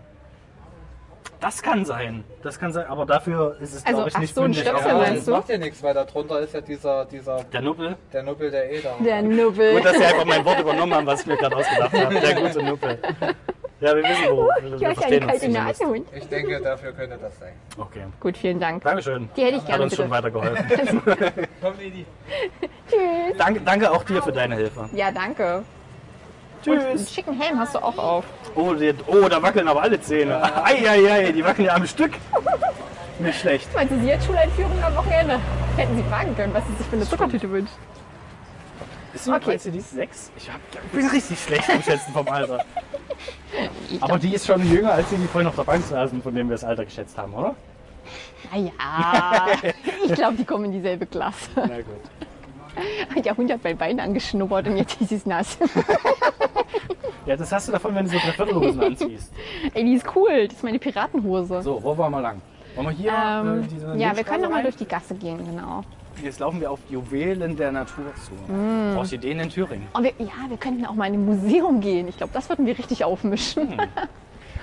Speaker 1: Das kann sein. Das kann sein, aber dafür ist es,
Speaker 2: Also,
Speaker 1: glaube ich,
Speaker 2: ach
Speaker 1: nicht
Speaker 2: so, ein
Speaker 1: mündig.
Speaker 2: Stöpsel
Speaker 1: Aber
Speaker 2: meinst
Speaker 3: das
Speaker 2: du?
Speaker 3: macht ja nichts, weil da drunter ist ja dieser, dieser,
Speaker 1: Der Nuppel.
Speaker 3: der Nuppel der Eder.
Speaker 2: Der Nubbel.
Speaker 1: Gut,
Speaker 2: [LAUGHS]
Speaker 1: dass Sie einfach mein Wort übernommen haben, was ich mir gerade ausgedacht habe. Der gute Nuppel. Ja, wir wissen, wo. Wir,
Speaker 2: Ich
Speaker 1: wir
Speaker 2: habe einen
Speaker 1: verstehen uns
Speaker 2: kalten
Speaker 1: zumindest.
Speaker 2: Nasenhund.
Speaker 3: Ich denke, dafür könnte das sein.
Speaker 1: Okay.
Speaker 2: Gut, vielen Dank.
Speaker 1: Dankeschön.
Speaker 2: Die hätte ich
Speaker 1: Hat
Speaker 2: gerne.
Speaker 1: uns schon
Speaker 2: Bitte.
Speaker 1: weitergeholfen.
Speaker 3: Komm, Edi.
Speaker 2: Tschüss.
Speaker 1: Danke, danke auch dir für deine Hilfe.
Speaker 2: Ja, danke.
Speaker 1: Tschüss.
Speaker 2: Einen schicken Helm hast du auch auf.
Speaker 1: Oh, die, oh, da wackeln aber alle Zähne. Eieiei, die wackeln ja am Stück. Nicht schlecht.
Speaker 2: Meinst du, sie hat Schuleinführung am Wochenende? Hätten sie fragen können, was sie sich für eine Zuckertüte wünscht.
Speaker 1: Ist sie
Speaker 2: Okay.
Speaker 1: okay. die ist sechs? Ich hab, ich bin richtig schlecht im Schätzen vom
Speaker 2: [LAUGHS]
Speaker 1: Alter. Aber die ist schon jünger, als die, die vorhin auf der Bank saßen, von denen wir das Alter geschätzt haben, oder?
Speaker 2: Naja,
Speaker 1: [LAUGHS]
Speaker 2: ich glaube, die kommen in dieselbe Klasse. [LAUGHS]
Speaker 1: Na gut.
Speaker 2: Der Hund hat mein Bein angeschnuppert und jetzt ist es nass. [LAUGHS]
Speaker 1: Ja, das hast du davon, wenn du so Dreiviertelhosen anziehst.
Speaker 2: Ey, die ist cool. Das ist meine Piratenhose.
Speaker 1: So, wo wollen wir lang? Wollen wir hier
Speaker 2: Ähm,
Speaker 1: äh, diese
Speaker 2: ja, wir können
Speaker 1: doch
Speaker 2: nochmal durch die Gasse gehen, genau.
Speaker 1: Jetzt laufen wir auf Juwelen der Natur zu.
Speaker 2: Mm.
Speaker 1: Brauchst du Ideen in Thüringen?
Speaker 2: Und wir, ja, wir könnten auch mal in ein Museum gehen. Ich glaube, das würden wir richtig aufmischen.
Speaker 1: Hm.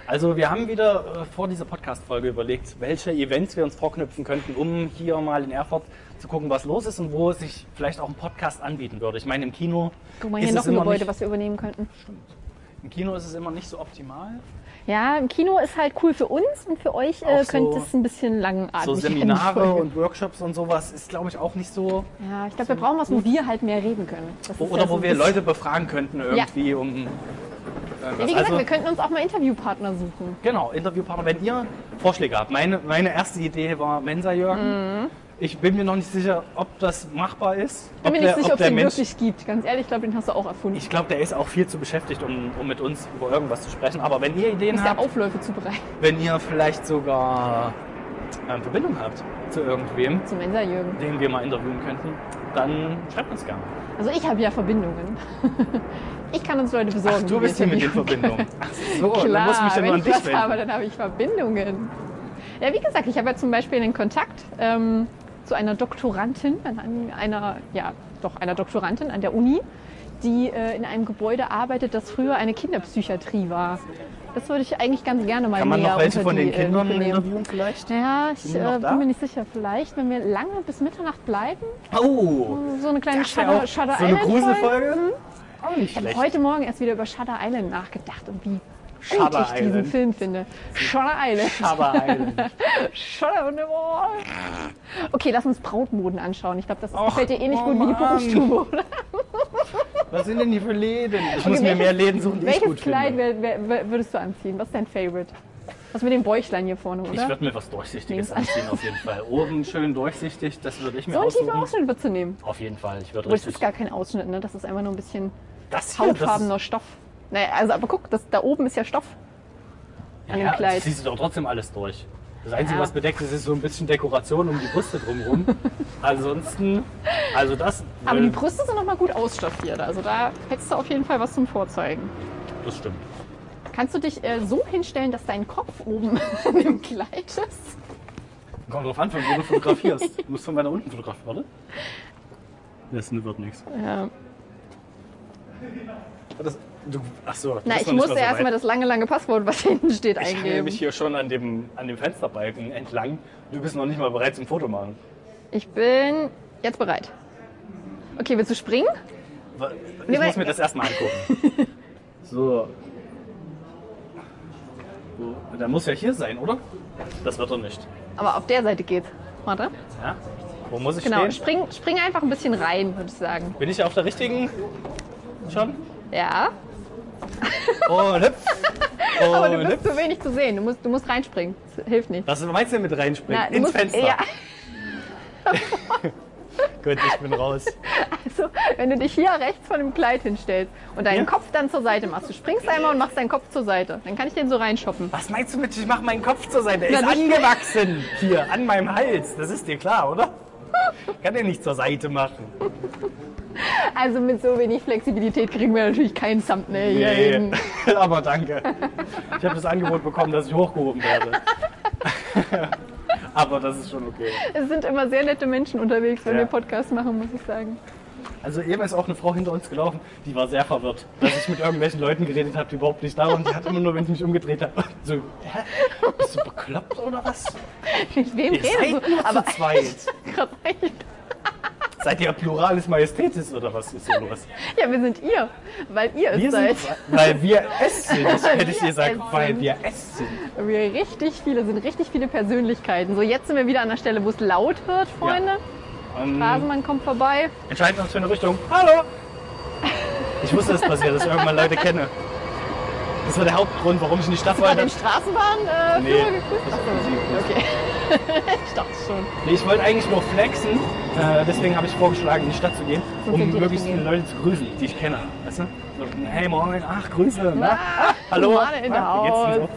Speaker 1: Also wir haben wieder äh, vor dieser Podcast-Folge überlegt, welche Events wir uns vorknüpfen könnten, um hier mal in Erfurt zu gucken, was los ist und wo es sich vielleicht auch ein Podcast anbieten würde. Ich meine, im Kino,
Speaker 2: Guck mal,
Speaker 1: ist
Speaker 2: hier
Speaker 1: es
Speaker 2: noch ein
Speaker 1: immer
Speaker 2: Gebäude,
Speaker 1: nicht,
Speaker 2: was wir übernehmen könnten.
Speaker 1: im Kino ist es immer nicht so optimal.
Speaker 2: Ja, im Kino ist halt cool für uns und für euch äh,
Speaker 1: Auch so-
Speaker 2: könnte es ein bisschen langatmig
Speaker 1: So
Speaker 2: werden, die
Speaker 1: Seminare
Speaker 2: Folge.
Speaker 1: und Workshops und sowas ist, glaube ich, auch nicht so...
Speaker 2: Ja, ich glaube, wir brauchen was, wo wir halt mehr reden können. Das
Speaker 1: Wo,
Speaker 2: ist
Speaker 1: oder
Speaker 2: ja so
Speaker 1: wo wir
Speaker 2: ein
Speaker 1: Leute befragen könnten irgendwie, um... äh, was.
Speaker 2: bisschen- Ja, wie gesagt,
Speaker 1: Also-
Speaker 2: wir könnten uns auch mal Interviewpartner suchen.
Speaker 1: Genau, Interviewpartner, wenn ihr Vorschläge habt. Meine, meine erste Idee war Mensa-Jürgen. Ich bin mir noch nicht sicher, ob das machbar ist.
Speaker 2: Ich Mhm. bin mir nicht sicher, ob es
Speaker 1: der
Speaker 2: den wirklich gibt. Ganz ehrlich, ich glaube, den hast du auch erfunden.
Speaker 1: Ich glaube, der ist auch viel zu beschäftigt, um, um mit uns über irgendwas zu sprechen. Aber wenn ihr
Speaker 2: Du
Speaker 1: Ideen
Speaker 2: musst ja
Speaker 1: habt,
Speaker 2: Aufläufe zubereiten.
Speaker 1: wenn ihr vielleicht sogar ähm, Verbindung habt zu irgendwem,
Speaker 2: Zum Mensa-Jürgen.
Speaker 1: den wir mal interviewen könnten, dann schreibt uns gerne.
Speaker 2: Also ich habe ja Verbindungen. [LAUGHS] ich kann uns Leute
Speaker 1: Ach,
Speaker 2: besorgen.
Speaker 1: du bist
Speaker 2: die
Speaker 1: hier
Speaker 2: mir
Speaker 1: mit in
Speaker 2: Interview- [LAUGHS]
Speaker 1: Verbindung. Ach so,
Speaker 2: Klar,
Speaker 1: Oh, dann muss ich mich ja nur
Speaker 2: wenn
Speaker 1: an
Speaker 2: ich
Speaker 1: dich
Speaker 2: was
Speaker 1: wenden.
Speaker 2: habe, dann habe ich Verbindungen. Ja, wie gesagt, ich habe ja zum Beispiel einen Kontakt ähm, zu einer Doktorandin, an- an einer, ja, doch einer Doktorandin an der Uni, die äh, in einem Gebäude arbeitet, das früher eine Kinderpsychiatrie war. Das würde ich eigentlich ganz gerne mal
Speaker 1: Kann man
Speaker 2: näher
Speaker 1: noch welche
Speaker 2: unter
Speaker 1: von
Speaker 2: die,
Speaker 1: den
Speaker 2: äh,
Speaker 1: Kindern
Speaker 2: Lupe nehmen.
Speaker 1: interviewen vielleicht?
Speaker 2: Ja, ich
Speaker 1: die noch
Speaker 2: äh,
Speaker 1: da?
Speaker 2: bin mir nicht sicher. Vielleicht, wenn wir lange bis Mitternacht bleiben,
Speaker 1: Oh,
Speaker 2: so eine kleine
Speaker 1: das wär
Speaker 2: Shutter,
Speaker 1: auch so
Speaker 2: Shutter
Speaker 1: eine
Speaker 2: Island Folge.
Speaker 1: Gruselfolge. Auch nicht
Speaker 2: Ich habe
Speaker 1: schlecht.
Speaker 2: heute Morgen erst wieder über Shutter Island nachgedacht und wie
Speaker 1: Shutter
Speaker 2: gut ich diesen
Speaker 1: Island.
Speaker 2: Film finde. Shutter Island.
Speaker 1: Aber
Speaker 2: [LAUGHS]
Speaker 1: Island.
Speaker 2: Shutter on the wall. Okay, lass uns Brautmoden anschauen. Ich glaube, das
Speaker 1: Och,
Speaker 2: gefällt dir eh nicht
Speaker 1: oh
Speaker 2: gut wie die
Speaker 1: Mann.
Speaker 2: Bruststube, oder?
Speaker 1: Was sind denn die für Läden? Ich muss
Speaker 2: Okay,
Speaker 1: mir
Speaker 2: welches-
Speaker 1: mehr Läden suchen, die ich
Speaker 2: Welches
Speaker 1: gut
Speaker 2: Kleid
Speaker 1: finde.
Speaker 2: wär, wär, wär, würdest du anziehen? Was ist dein Favorite? Was mit dem Bäuchlein hier vorne,
Speaker 1: Ich
Speaker 2: oder?
Speaker 1: würde mir was Durchsichtiges
Speaker 2: Nehm's an.
Speaker 1: anziehen, auf jeden Fall. Oben schön durchsichtig, das würde ich mir
Speaker 2: So einen
Speaker 1: aussuchen.
Speaker 2: tiefen Ausschnitt würdest du nehmen.
Speaker 1: Auf jeden Fall, ich würde
Speaker 2: Obwohl, das ist
Speaker 1: richtig...
Speaker 2: gar kein Ausschnitt, ne? Das ist einfach nur ein bisschen
Speaker 1: Das hier, das ist-
Speaker 2: hautfarbener Stoff. Naja, also, aber guck, das, da oben ist ja Stoff. an dem
Speaker 1: ja,
Speaker 2: Kleid.
Speaker 1: Das siehst du doch trotzdem alles durch. Das Einzige,
Speaker 2: Ja.
Speaker 1: was bedeckt ist, ist so ein bisschen Dekoration um die Brüste
Speaker 2: [LAUGHS]
Speaker 1: drumherum. Ansonsten, also das,
Speaker 2: Aber
Speaker 1: äh,
Speaker 2: die Brüste sind nochmal gut ausstaffiert. Also da hättest du auf jeden Fall was zum Vorzeigen.
Speaker 1: das stimmt.
Speaker 2: Kannst du dich äh, so hinstellen, dass dein Kopf oben [LAUGHS] in dem Kleid ist?
Speaker 1: Kommt drauf an, von wo du fotografierst. Du musst von weiter unten fotografieren,
Speaker 2: [LAUGHS]
Speaker 1: oder? Das wird nichts.
Speaker 2: Ja.
Speaker 1: Das, du, ach so,
Speaker 2: Na, ich musste erstmal das lange, lange Passwort, was [LAUGHS] hinten steht,
Speaker 1: Ich hangel mich
Speaker 2: eingeben.
Speaker 1: hier schon an dem, an dem Fensterbalken entlang. Du bist noch nicht mal bereit zum Foto machen.
Speaker 2: Ich bin jetzt bereit. Okay, willst du springen?
Speaker 1: Wa-
Speaker 2: Nee,
Speaker 1: Ich
Speaker 2: weil-
Speaker 1: muss mir das erstmal angucken.
Speaker 2: [LAUGHS]
Speaker 1: so. so. Dann muss ja hier sein, oder? Das wird er nicht.
Speaker 2: Aber auf der Seite geht's. Warte.
Speaker 1: Ja? Wo muss ich
Speaker 2: Genau,
Speaker 1: stehen?
Speaker 2: spring, spring einfach ein bisschen rein, würde ich sagen.
Speaker 1: Bin ich auf der richtigen? Schon?
Speaker 2: Ja,
Speaker 1: Oh, hüpf! Oh,
Speaker 2: [LAUGHS] aber du
Speaker 1: hüpf!
Speaker 2: bist zu wenig zu sehen. Du musst, du musst reinspringen. Das hilft nicht.
Speaker 1: Was meinst du denn mit reinspringen?
Speaker 2: Na, du
Speaker 1: Ins
Speaker 2: musst-
Speaker 1: Fenster.
Speaker 2: Ja,
Speaker 1: Gut, ich bin raus.
Speaker 2: also, wenn du dich hier rechts von dem Kleid hinstellst und deinen
Speaker 1: Ja.
Speaker 2: Kopf dann zur Seite machst. Du springst einmal und machst deinen Kopf zur Seite. Dann kann ich den so reinschoppen.
Speaker 1: Was meinst du mit, ich mache meinen Kopf zur Seite? Er ist
Speaker 2: Na, nicht-
Speaker 1: angewachsen hier an meinem Hals. Das ist dir klar,
Speaker 2: [LAUGHS]
Speaker 1: oder? Kann er nicht zur Seite machen.
Speaker 2: Also mit so wenig Flexibilität kriegen wir natürlich kein Thumbnail hier hin.
Speaker 1: Nee, [LAUGHS] aber danke. Ich habe das Angebot bekommen, dass ich hochgehoben werde. [LAUGHS] aber das ist schon okay.
Speaker 2: Es sind immer sehr nette Menschen unterwegs, wenn
Speaker 1: Ja.
Speaker 2: wir Podcasts machen, muss ich sagen.
Speaker 1: Also eben ist auch eine Frau hinter uns gelaufen, die war sehr verwirrt, dass ich mit irgendwelchen Leuten geredet habe, die überhaupt nicht da waren. Die hat immer nur, wenn ich mich umgedreht habe, so, hä? Bist du bekloppt oder was?
Speaker 2: Mit wem
Speaker 1: Ihr seid
Speaker 2: redest
Speaker 1: nur
Speaker 2: du?
Speaker 1: zu
Speaker 2: Aber
Speaker 1: zweit.
Speaker 2: gerade echt.
Speaker 1: Seid ihr Pluralis Majestätis oder was ist hier los?
Speaker 2: Ja, wir sind ihr, weil ihr es
Speaker 1: Wir
Speaker 2: seid.
Speaker 1: sind, weil wir es
Speaker 2: [LAUGHS]
Speaker 1: sind. Das hätte ich
Speaker 2: Wir
Speaker 1: gesagt,
Speaker 2: es
Speaker 1: weil
Speaker 2: sind.
Speaker 1: wir es sind.
Speaker 2: wir richtig viele sind, richtig viele Persönlichkeiten. So, jetzt sind wir wieder an der Stelle, wo es laut wird, Freunde.
Speaker 1: Ähm,
Speaker 2: Rasenmann kommt vorbei.
Speaker 1: entscheiden uns für eine Richtung. Hallo! Ich wusste, dass passiert, dass ich irgendwann Leute kenne. Das war der Hauptgrund, warum ich in die Stadt
Speaker 2: Hat
Speaker 1: wollte.
Speaker 2: den Straßenbahnführer äh,
Speaker 1: Nee,
Speaker 2: Führer
Speaker 1: das
Speaker 2: gegrüßt?
Speaker 1: ist Musik.
Speaker 2: Okay. ich dachte schon.
Speaker 1: Nee, ich wollte eigentlich nur flexen. Äh, deswegen habe ich vorgeschlagen, in die Stadt zu gehen,
Speaker 2: Und
Speaker 1: um
Speaker 2: in die
Speaker 1: möglichst
Speaker 2: Richtung
Speaker 1: viele Leute zu grüßen, die ich kenne. Weißt du? So, hey, moin, ach, Grüße. Na, ah, hallo.
Speaker 2: Romane in der
Speaker 1: wie geht's denn
Speaker 2: Haus.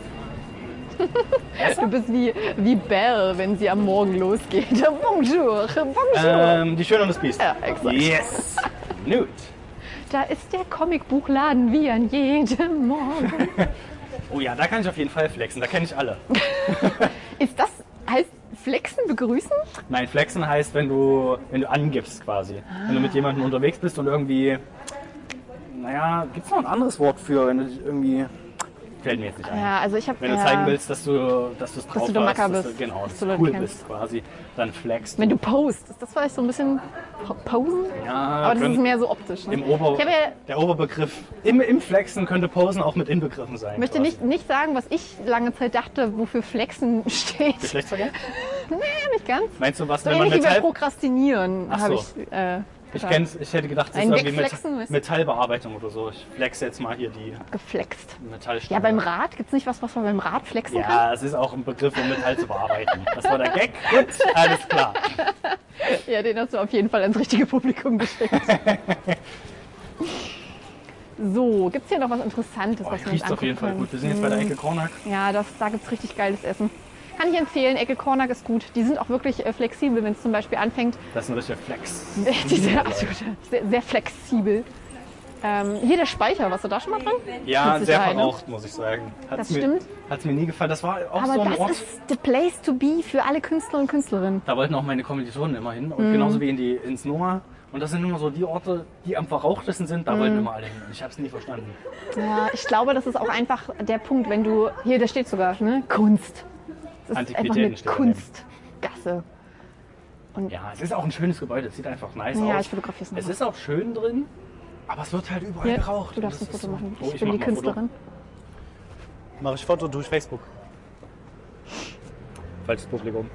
Speaker 2: Du bist wie, wie Belle, wenn sie am Morgen losgeht. [LAUGHS] Bonjour,
Speaker 1: so?
Speaker 2: bonjour.
Speaker 1: Ähm, die Schöne und das Biest.
Speaker 2: Ja, exakt.
Speaker 1: Yes. Nude.
Speaker 2: Da ist der Comicbuchladen wie an jedem Morgen.
Speaker 1: Oh ja, da kann ich auf jeden Fall flexen. Da kenne ich alle.
Speaker 2: Ist das, heißt Flexen begrüßen?
Speaker 1: Nein, flexen heißt, wenn du, wenn du angibst quasi. Wenn du
Speaker 2: Ah.
Speaker 1: mit jemandem unterwegs bist und irgendwie. Naja, gibt es noch ein anderes Wort für, wenn du dich irgendwie. Fällt mir jetzt nicht ein.
Speaker 2: Ja, also ich habe.
Speaker 1: Wenn du zeigen willst, dass du dass du's drauf
Speaker 2: du der
Speaker 1: hast,
Speaker 2: Macker
Speaker 1: dass
Speaker 2: bist,
Speaker 1: du, genau,
Speaker 2: dass
Speaker 1: dass
Speaker 2: du
Speaker 1: du
Speaker 2: Leute
Speaker 1: cool
Speaker 2: kennst.
Speaker 1: bist quasi, dann flexst.
Speaker 2: Wenn du post, ist das vielleicht so ein bisschen po- posen?
Speaker 1: Ja,
Speaker 2: Aber das
Speaker 1: können-
Speaker 2: ist mehr so optisch. Ne?
Speaker 1: im Ober,
Speaker 2: ich hab ja,
Speaker 1: der Oberbegriff im, im Flexen könnte Posen auch mit inbegriffen sein.
Speaker 2: möchte
Speaker 1: quasi.
Speaker 2: nicht, nicht sagen, was ich lange Zeit dachte, wofür Flexen [LAUGHS] steht.
Speaker 1: Geschlechtsverkehr?
Speaker 2: nee, nicht ganz.
Speaker 1: Meinst du was,
Speaker 2: So
Speaker 1: wenn man
Speaker 2: ähnlich wie bei
Speaker 1: Metall...
Speaker 2: Prokrastinieren
Speaker 1: Ach
Speaker 2: habe
Speaker 1: so.
Speaker 2: ich. Äh,
Speaker 1: Ich,
Speaker 2: gedacht.
Speaker 1: kenn's, ich hätte gedacht, das ist
Speaker 2: Ein
Speaker 1: irgendwie
Speaker 2: Wegflexen,
Speaker 1: Met
Speaker 2: weißt du?
Speaker 1: Metallbearbeitung oder so. Ich flexe jetzt mal hier die
Speaker 2: Geflext.
Speaker 1: Metallstange.
Speaker 2: Ja, beim Rad gibt es nicht was, was man beim Rad flexen kann?
Speaker 1: Ja, es ist auch ein Begriff, um Metall zu bearbeiten. Das war der Gag. Gut, alles klar.
Speaker 2: Ja, den hast du auf jeden Fall ans richtige
Speaker 1: [LAUGHS]
Speaker 2: Publikum geschickt. so, gibt es hier noch was Interessantes,
Speaker 1: Oh,
Speaker 2: was wir uns
Speaker 1: riecht auf
Speaker 2: angucken
Speaker 1: jeden Fall
Speaker 2: können?
Speaker 1: gut. Wir sind jetzt bei der Ecke Kornack.
Speaker 2: Ja, das, da gibt's richtig geiles Essen. Kann ich empfehlen, Ecke Kornack ist gut. Die sind auch wirklich äh, flexibel, wenn es zum Beispiel anfängt. [LAUGHS]
Speaker 1: Das ist ein richtiger Flex.
Speaker 2: Die sind absolut sehr, sehr flexibel. Ähm, hier der Speicher, warst du da schon mal dran?
Speaker 1: Ja, sehr
Speaker 2: Mit Sicherheit, ne?
Speaker 1: verraucht, muss ich sagen. Hat's
Speaker 2: Das
Speaker 1: mir,
Speaker 2: stimmt.
Speaker 1: Hat mir nie gefallen. Das war auch
Speaker 2: Aber
Speaker 1: so ein
Speaker 2: das
Speaker 1: Ort.
Speaker 2: ist the place to be für alle Künstler und Künstlerinnen.
Speaker 1: Da wollten auch meine Kommilitonen immer hin.
Speaker 2: Mhm.
Speaker 1: Und genauso wie in die, ins Noah. Und das sind immer so die Orte, die am verrauchtesten sind. Da
Speaker 2: Mhm.
Speaker 1: wollten immer alle hin. Und Ich habe es nie verstanden.
Speaker 2: Ja, Äh, ich glaube, das ist auch einfach der Punkt, wenn du. Hier, da steht sogar, ne? Kunst. Das ist einfach eine
Speaker 1: Antiquitäten steht daneben.
Speaker 2: Kunstgasse.
Speaker 1: Ja, es ist auch ein schönes Gebäude. Es sieht einfach nice aus.
Speaker 2: Ja, ich fotografiere es
Speaker 1: Es
Speaker 2: nochmal.
Speaker 1: ist auch schön drin. Aber es wird halt überall
Speaker 2: Hier,
Speaker 1: geraucht.
Speaker 2: Du
Speaker 1: Und
Speaker 2: darfst ein
Speaker 1: das ist
Speaker 2: Foto
Speaker 1: so-
Speaker 2: machen.
Speaker 1: Oh,
Speaker 2: Ich
Speaker 1: ich
Speaker 2: bin
Speaker 1: mach
Speaker 2: die
Speaker 1: mal ein Foto.
Speaker 2: Künstlerin.
Speaker 4: Mache ich Foto durch Facebook.
Speaker 1: Falsches Publikum.